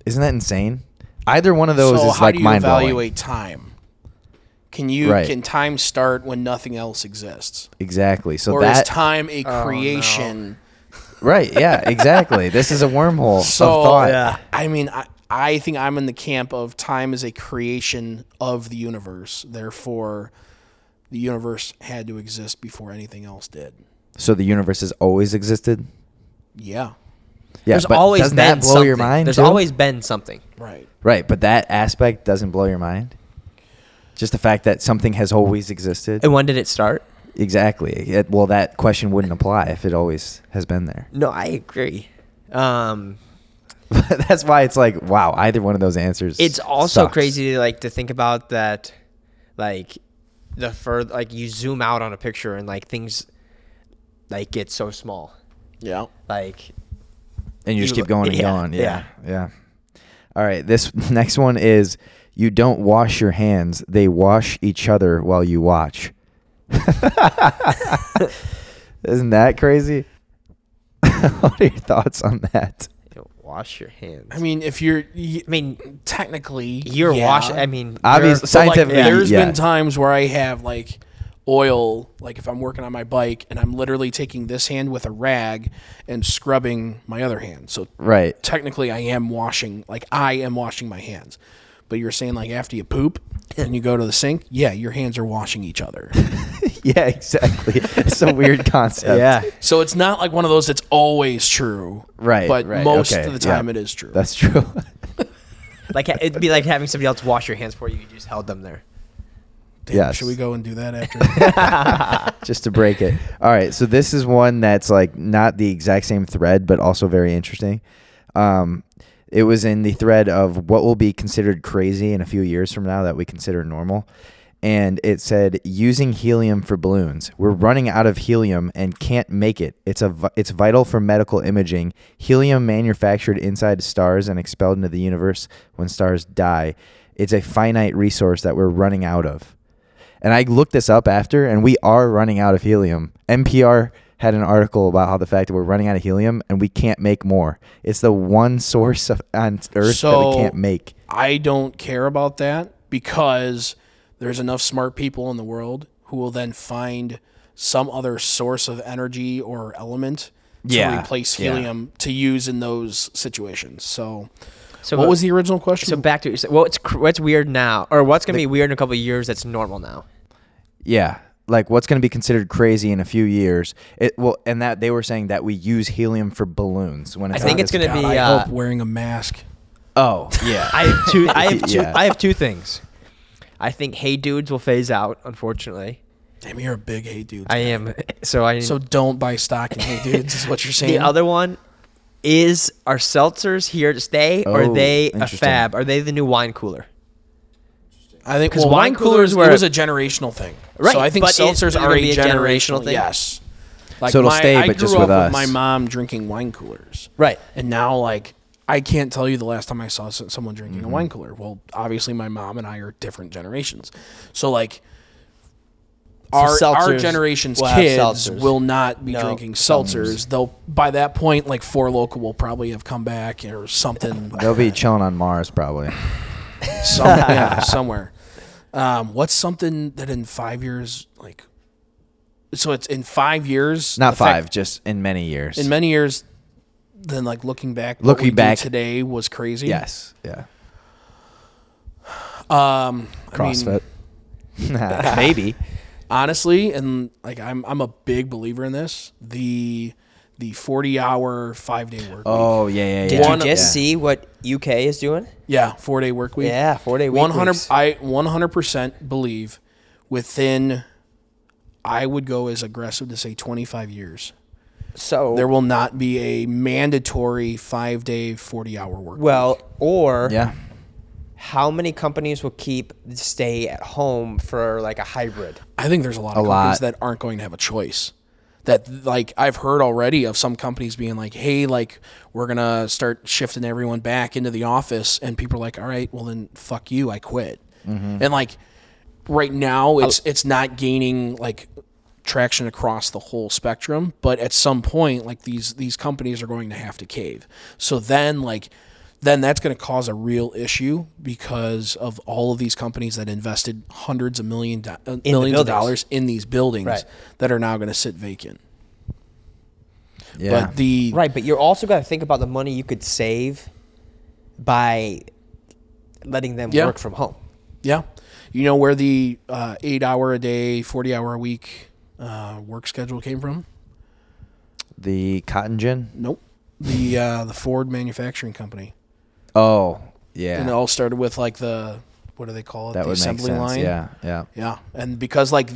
B: Isn't that insane? Either one of those
A: so
B: is
A: how
B: like
A: do you
B: mind blowing.
A: evaluate time? Can you
B: Right.
A: can time start when nothing else exists,
B: Exactly. So
A: or is
B: that
A: time a creation?
B: right, yeah, exactly. this is a wormhole
A: So
B: of thought.
A: I mean, I, I think I'm in the camp of time is a creation of the universe. Therefore, the universe had to exist before anything else did.
B: So the universe has always existed.
A: Yeah,
B: Yeah,
C: there's
B: but
C: always
B: doesn't
C: been
B: that blow your
C: something.
B: mind?
C: There's
B: too?
C: always been something.
A: right.
B: right, but that aspect doesn't blow your mind. Just the fact that something has always existed.
C: And when did it start?
B: exactly. It- well, that question wouldn't apply if it always has been there.
C: No, I agree. Um,
B: That's why it's like, wow, either one of those answers.
C: it's also
B: sucks.
C: crazy to like to think about that like the further like you zoom out on a picture and like things like get so small
A: Yeah.
C: like
B: and you just
C: You-
B: keep going and
C: yeah,
B: going. Yeah, yeah, All right. This next one is you don't wash your hands; they wash each other while you watch. Isn't that crazy? what are your thoughts on that?
C: wash your hands
A: I mean, if you're, y-
C: i mean
A: technically,
C: you're
A: yeah.
C: wash i mean
B: Obvious-
C: you're-
A: But, like,
B: Scientifically,
A: there's
B: yeah.
A: been times where I have like oil, like if I'm working on my bike and I'm literally taking this hand with a rag and scrubbing my other hand. So
B: Right.
A: technically, I am washing, like I am washing my hands. But you're saying like after you poop and you go to the sink, yeah, your hands are washing each other.
B: Yeah, exactly. it's a weird concept.
C: yeah
A: so it's not like one of those that's always true,
B: Right,
A: But
B: right,
A: most
B: okay,
A: of the
B: yeah.
A: time, it is true.
B: that's true.
C: like ha- it'd be like having somebody else wash your hands for you you just held them there
B: yes.
A: Should we go and do that after?
B: just to break it. All right, so this is one that's like not the exact same thread, but also very interesting. Um, it was in the thread of what will be considered crazy in a few years from now that we consider normal. And it said using helium for balloons. We're running out of helium and can't make it. It's a vi- it's vital for medical imaging. Helium manufactured inside stars and expelled into the universe when stars die. It's a finite resource that we're running out of. And I looked this up after, and we are running out of helium. NPR had an article about how the fact that we're running out of helium and we can't make more. It's the one source of, on Earth that
A: So-
B: we can't make.
A: I don't care about that because there's enough smart people in the world who will then find some other source of energy or element
B: Yeah,
A: to replace
B: yeah.
A: helium to use in those situations. So,
C: so
A: what was the original question?
C: so back to so what's cr- what's weird now or what's gonna be weird in a couple of years that's normal now
B: Yeah. Like what's going to be considered crazy in a few years? It well, and that they were saying that we use helium for balloons. When
C: i
B: it's
C: think
B: not
C: it's
B: as-
A: God,
C: gonna
A: I
C: be uh,
A: hope wearing a mask.
B: Oh yeah.
C: I have two. I have two.
B: Yeah.
C: I have two things. I think "Hey Dudes" will phase out. Unfortunately,
A: Damn, you're a big hey dude.
C: I am. So I.
A: so don't buy stock in hey dudes. Is what you're saying?
C: the other one is: Are seltzers here to stay, or are
B: Oh,
C: they a
B: interesting.
C: fab? Are they the new wine cooler?
A: I think
C: 'Cause
A: well,
C: wine
A: wine coolers
C: coolers
A: it
C: were-
A: was a generational thing,
C: Right,
A: So I think
C: but is- is
A: seltzers
C: it
A: are
C: gonna
A: a
C: be a
A: generational
C: generational thing?
A: Yes, like
B: So it'll
A: my-
B: stay,
A: I
B: but just
A: grew
B: with
A: up
B: us.
A: my mom drinking wine coolers,
C: Right.
A: And now, like, I can't tell you the last time I saw s- someone drinking
C: Mm-hmm.
A: a wine cooler. Well, obviously, my mom and I are different generations, so like. Our, our
C: seltzers
A: generation's
C: will have
A: kids
C: seltzers.
A: will not be
C: No,
A: drinking seltzers. They'll by that point, like four local will probably have come back or something.
B: They'll be chilling on Mars probably.
A: Some, yeah, somewhere. Um, what's something that in five years, like, so it's in five years,
B: Not
A: the fact-
B: five, just in many years.
A: in many years, then like looking back, what
B: Looking
A: we do
B: back-
A: today was crazy.
B: yes. Yeah.
A: Um, I mean,
B: CrossFit. Maybe.
A: honestly, and like I'm, I'm a big believer in this. The, the 40 hour five day work. week.
B: Oh yeah, yeah, yeah.
C: Did
A: One-
C: you just
A: yeah.
C: see what UK is doing?
A: yeah, four day work week.
C: Yeah, four-day week
A: One hundred,
C: weeks.
A: I one hundred percent believe within. I would go as aggressive to say twenty five years.
C: So
A: there will not be a mandatory five day, 40 hour work.
C: well, or
B: Yeah.
C: how many companies will keep stay at home for like a hybrid?
A: I think there's a lot of
B: A
A: companies
B: lot.
A: that aren't going to have a choice. That, like, I've heard already of some companies being like, hey, like, we're going to start shifting everyone back into the office. And people are like, all right, well, then fuck you. I quit. And, like, right now, it's, it's not gaining, like, traction across the whole spectrum but at some point like these these companies are going to have to cave so then like then that's going to cause a real issue because of all of these companies that invested hundreds of million do- uh, millions of
C: buildings.
A: dollars in these buildings
C: Right.
A: that are now going to sit vacant
B: Yeah.
A: but the
C: Right, but you're also got to think about the money you could save by letting them
A: Yeah.
C: work from home.
A: yeah you know where the uh, eight hour a day 40 hour a week uh, work schedule came from
B: the cotton gin.
A: nope the uh, the ford manufacturing company
B: Oh, yeah.
A: and it all started with like the what do they call it
B: that
A: the
B: would make
A: assembly
B: sense.
A: line
B: Yeah, yeah.
A: Yeah, and because like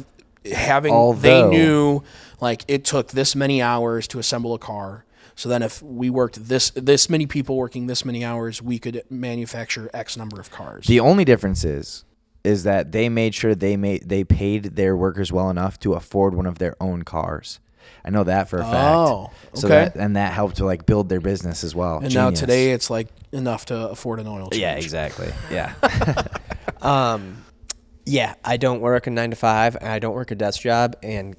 A: having they
B: Although-
A: knew like it took this many hours to assemble a car, So then, if we worked this this many people working this many hours, we could manufacture X number of cars.
B: The only difference is is that they made sure they made they paid their workers well enough to afford one of their own cars. I know that for a fact.
A: Oh,
B: So
A: okay.
B: that, and that helped to like build their business as well.
A: and now
B: Genius.
A: today, it's like enough to afford an oil change.
B: Yeah, exactly. Yeah.
C: Um, yeah, I don't work a nine to five, and I don't work a desk job, and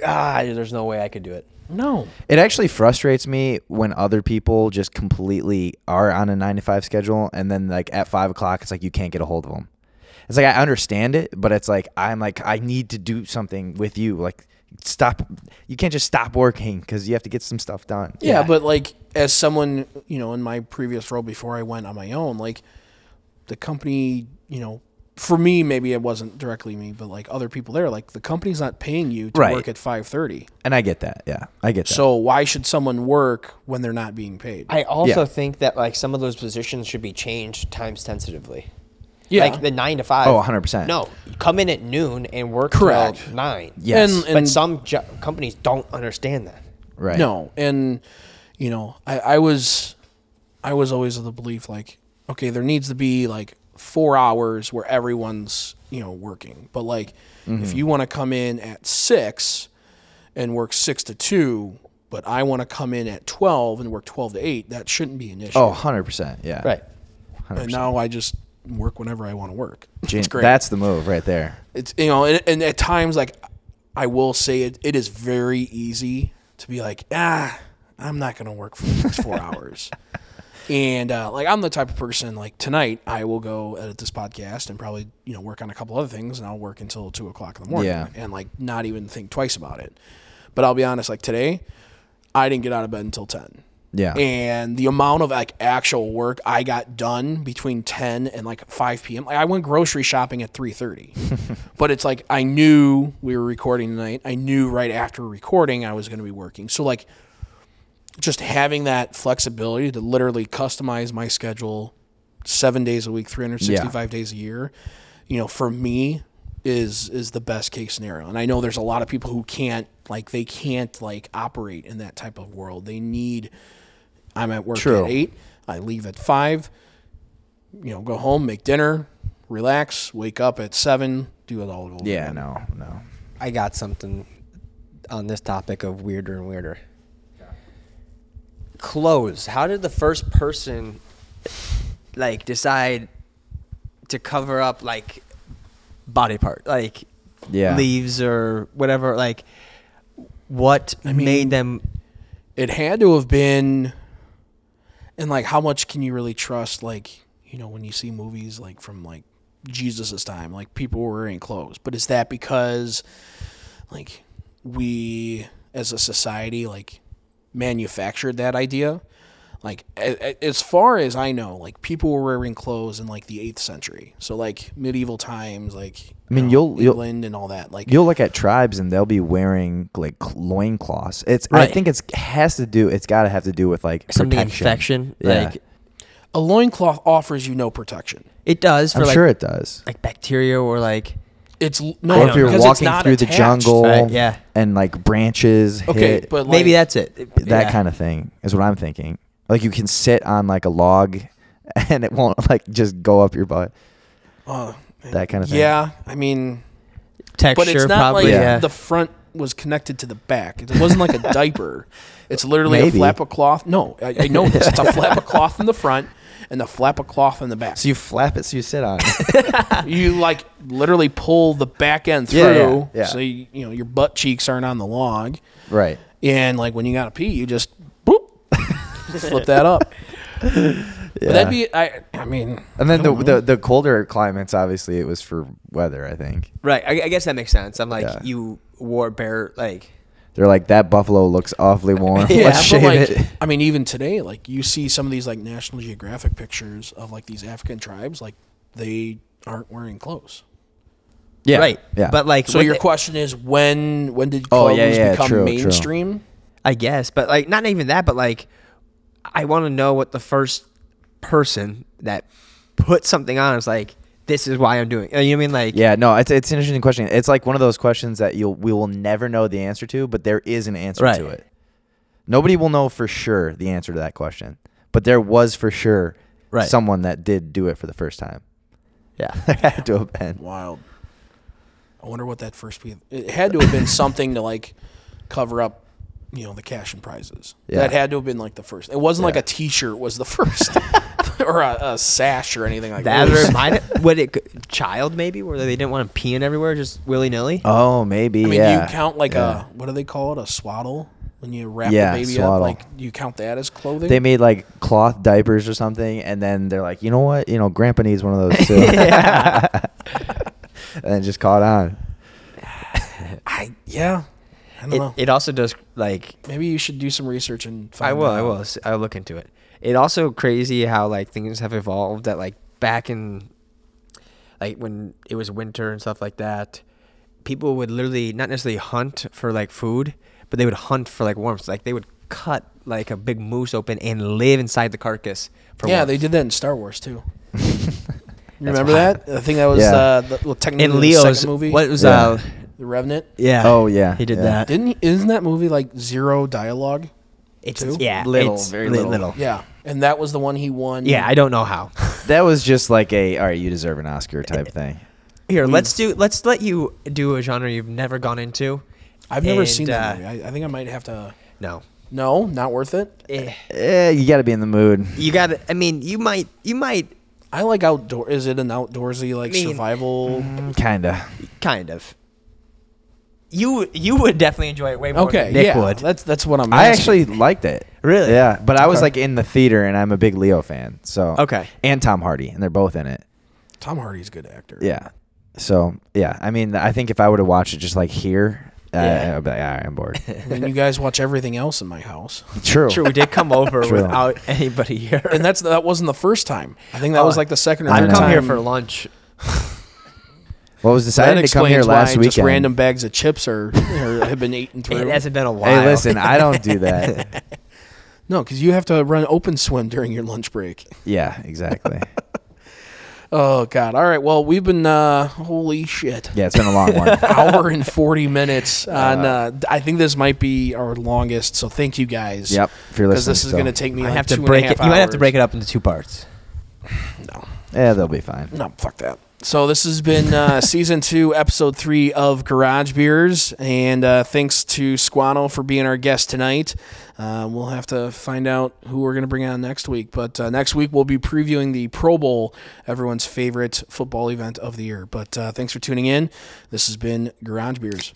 C: God, there's no way I could do it.
A: No,
B: It actually frustrates me when other people just completely are on a nine to five schedule, and then like at five o'clock, it's like you can't get a hold of them. It's like I understand it, but it's like I'm like I need to do something with you. Like stop, you can't just stop working because you have to get some stuff done.
A: Yeah, but like as someone, you know, in my previous role before I went on my own, like the company, you know, for me maybe it wasn't directly me, but like other people there, like the company's not paying you to
B: Right.
A: work at 5:30.
B: and I get that. Yeah, I get that.
A: So why should someone work when they're not being paid?
C: I also
B: Yeah.
C: think that like some of those positions should be changed time sensitively.
A: yeah.
C: Like the nine to five.
B: Oh, 100%.
C: No, come in at noon and work
A: Correct.
C: till nine.
B: yes,
A: and-
C: but some jo- companies don't understand that.
B: right.
A: No, and you know, I, I was, I was always of the belief like, okay, there needs to be like four hours where everyone's you know working, but like
B: Mm-hmm.
A: if you want to come in at six and work six to two, but I want to come in at twelve and work twelve to eight, that shouldn't be an issue.
B: Oh, 100 percent. Yeah.
C: Right.
A: and now I just work whenever I want to work.
B: Gen-
A: it's great.
B: That's the move right there.
A: it's you know, and, and at times like I will say it, it is very easy to be like, ah, I'm not gonna work for the next four hours. And uh, like I'm the type of person like tonight I will go edit this podcast and probably you know work on a couple other things and I'll work until two o'clock in the morning
B: Yeah.
A: and like not even think twice about it. But I'll be honest, like today, I didn't get out of bed until ten
B: Yeah.
A: and the amount of like actual work I got done between 10 and like 5 p.m. Like I went grocery shopping at 3:30. but it's like I knew we were recording tonight. I knew right after recording I was going to be working. So like just having that flexibility to literally customize my schedule 7 days a week, 365 days a year, you know, for me is is the best case scenario. And I know there's a lot of people who can't like they can't like operate in that type of world. They need I'm at work
B: True.
A: at eight. I leave at five. You know, go home, make dinner, relax, wake up at seven, do it all over.
B: yeah.
A: again.
B: No. No.
C: I got something on this topic of weirder and weirder. Clothes. How did the first person like decide to cover up like body part, like
B: Yeah.
C: leaves or whatever? Like, what made them?
A: It had to have been, and like, how much can you really trust? Like, you know, when you see movies like from like Jesus's time, like people were wearing clothes, but is that because like we as a society like manufactured that idea? Like a- a- as far as I know, like people were wearing clothes in like the eighth century, so like medieval times, like
B: I mean,
A: you
B: you'll- you'll-
A: England and all that. Like
B: you'll look at tribes and they'll be wearing like cl- loincloths. It's I
E: Right.
B: think it's has to do it's got to have to do with like
E: Something
B: protection.
E: infection.
B: Yeah.
E: Like
A: a loincloth offers you no protection.
E: it does for
B: I'm
E: like
B: sure it does.
E: like bacteria or like
A: It's l- no,
B: or if you're
A: because it's
B: walking
A: not
B: through the
A: attached.
B: jungle
E: Right, yeah.
B: and like branches
A: Okay,
B: hit,
A: but like,
E: maybe that's it.
B: that kind of thing is what I'm thinking. Like you can sit on like a log and it won't like just go up your butt.
E: Oh,
A: uh,
B: That kind of thing.
A: yeah. I mean,
E: texture.
A: but it's not
E: probably,
A: like
E: yeah.
A: the front was connected to the back. It wasn't like a diaper. It's literally
B: Maybe.
A: a flap of cloth. No, I, I know this. It's a flap of cloth in the front and a flap of cloth in the back.
B: So you flap it so you sit on. it.
A: you like literally pull the back end through,
B: Yeah, yeah, yeah.
A: so you, you know your butt cheeks aren't on the log,
B: right.
A: and like when you gotta pee, you just boop, flip that up. But that'd be I. I mean,
B: And then the, the the colder climates obviously it was for weather, I think.
E: right. I, I guess that makes sense. I'm like
B: Yeah.
E: you wore bare like
B: They're like that buffalo looks awfully warm. Let's shave
A: like,
B: it.
A: I mean, even today, like you see some of these like National Geographic pictures of like these African tribes, like they aren't wearing clothes.
B: Yeah.
E: right.
B: Yeah.
E: But like
A: So
E: with
A: your
E: it-
A: question is when when did
B: Oh,
A: clothes
B: yeah, yeah,
A: become
B: true, true.
A: mainstream?
E: I guess, but like not even that, but like I want to know what the first person that put something on is like. This is why I'm doing. You know what I mean? Like
B: Yeah, no, it's it's an interesting question. It's like one of those questions that you'll we will never know the answer to, but there is an answer
E: Right.
B: to it. Nobody will know for sure the answer to that question, but there was for sure
C: Right.
B: someone that did do it for the first time.
C: Yeah.
B: There had to have been.
A: Wild. I wonder what that first piece. It had to have been something to like cover up, you know, the cash and prizes.
B: Yeah.
A: That had to have been like the first. It wasn't like
B: Yeah.
A: a T-shirt was the first, or a, a sash or anything like
C: That
A: that.
C: or it might have- would it c- child maybe where they didn't want him peeing everywhere just willy
A: Uh,
C: nilly.
B: Oh, maybe.
A: I mean,
B: yeah.
A: do you count like
B: Yeah.
A: a what do they call it? A swaddle when you wrap
B: Yeah,
A: the baby
B: swaddle.
A: up. Like do you count that as clothing?
B: They made like cloth diapers or something, and then they're like, you know what? You know, Grandpa needs one of those too. and it just caught on.
A: I yeah. I don't
C: It,
A: know.
C: it also does like
A: Maybe you should do some research and find
C: I will.
A: Out.
C: I will. s- I'll look into it. It also crazy how like things have evolved. That like back in, like when it was winter and stuff like that, people would literally not necessarily hunt for like food, but they would hunt for like warmth. Like they would cut like a big moose open and live inside the carcass. For
A: Yeah,
C: warmth.
A: they did that in Star Wars too. You remember that? I think that was
B: Yeah.
A: uh, the, well, technically
C: in
A: the
C: Leo's
A: second movie.
C: What was
B: Yeah.
C: uh?
A: The Revenant.
C: Yeah.
B: Oh, yeah,
C: He did
B: yeah.
C: that.
A: Didn't he, isn't that movie like zero dialogue?
C: It's
A: too?
C: yeah.
B: Little,
C: it's
B: very
C: li-
B: little.
A: Yeah, and that was the one he won.
C: Yeah, I don't know how.
B: That was just like a all right, you deserve an Oscar type thing.
C: Here,
A: Hmm.
C: let's do. Let's let you do a genre you've never gone into.
A: I've never
C: And,
A: seen that
C: uh,
A: movie. I, I think I might have to.
C: No.
A: No, not worth it.
C: Eh.
B: Eh, you got to be in the mood.
C: You got to I mean, you might. You might.
A: I like outdoor. Is it an outdoorsy like
C: I mean,
A: survival?
B: Mm. Kinda.
C: Kind of. You you would definitely enjoy it way more.
A: Okay,
C: Than Nick
A: yeah,
C: would.
A: that's that's what I'm.
B: I
A: asking.
B: actually liked it.
C: Really?
B: Yeah, but I was
C: Okay.
B: like in the theater, and I'm a big Leo fan. So
C: Okay.
B: and Tom Hardy, and they're both in it.
A: Tom Hardy's a good actor.
B: Yeah. So yeah, I mean, I think if I were to watch it just like here,
C: Yeah.
B: uh, I'd be like, all right, I'm bored.
A: I mean, you guys watch everything else in my house,
B: True.
C: True, we did come over
B: True.
C: without anybody here.
A: and that's that wasn't the first time. I think that was
C: Oh,
A: like the second or
B: Uh, I've
A: third
C: I've
B: know.
C: come
A: time.
C: here for lunch.
B: Well, I was
A: That
B: deciding to come
A: explains
B: here last
A: why
B: weekend.
A: just random bags of chips are, are have been eaten
C: It
A: through.
C: hasn't been a while.
B: Hey, listen, I don't do that.
A: no, because you have to run open swim during your lunch break.
B: yeah, exactly.
A: Oh God! All right. Well, we've been uh, holy shit.
B: Yeah, it's been a long one.
A: hour and 40 minutes on uh, th- i think this might be our longest so thank you guys
B: Yep, if you're
A: because this
B: listening
A: is
B: still.
A: going to take me
C: I
A: like
C: have to
A: two and a
C: break
A: half
C: it. You might have to
A: hours.
C: break it up into two parts.
B: Yeah, they'll be fine.
A: no fuck that so this has been uh, season two episode three of garage beers and uh, thanks to squano for being our guest tonight uh, we'll have to find out who we're going to bring on next week but uh, next week we'll be previewing the pro bowl everyone's favorite football event of the year but uh, thanks for tuning in this has been garage beers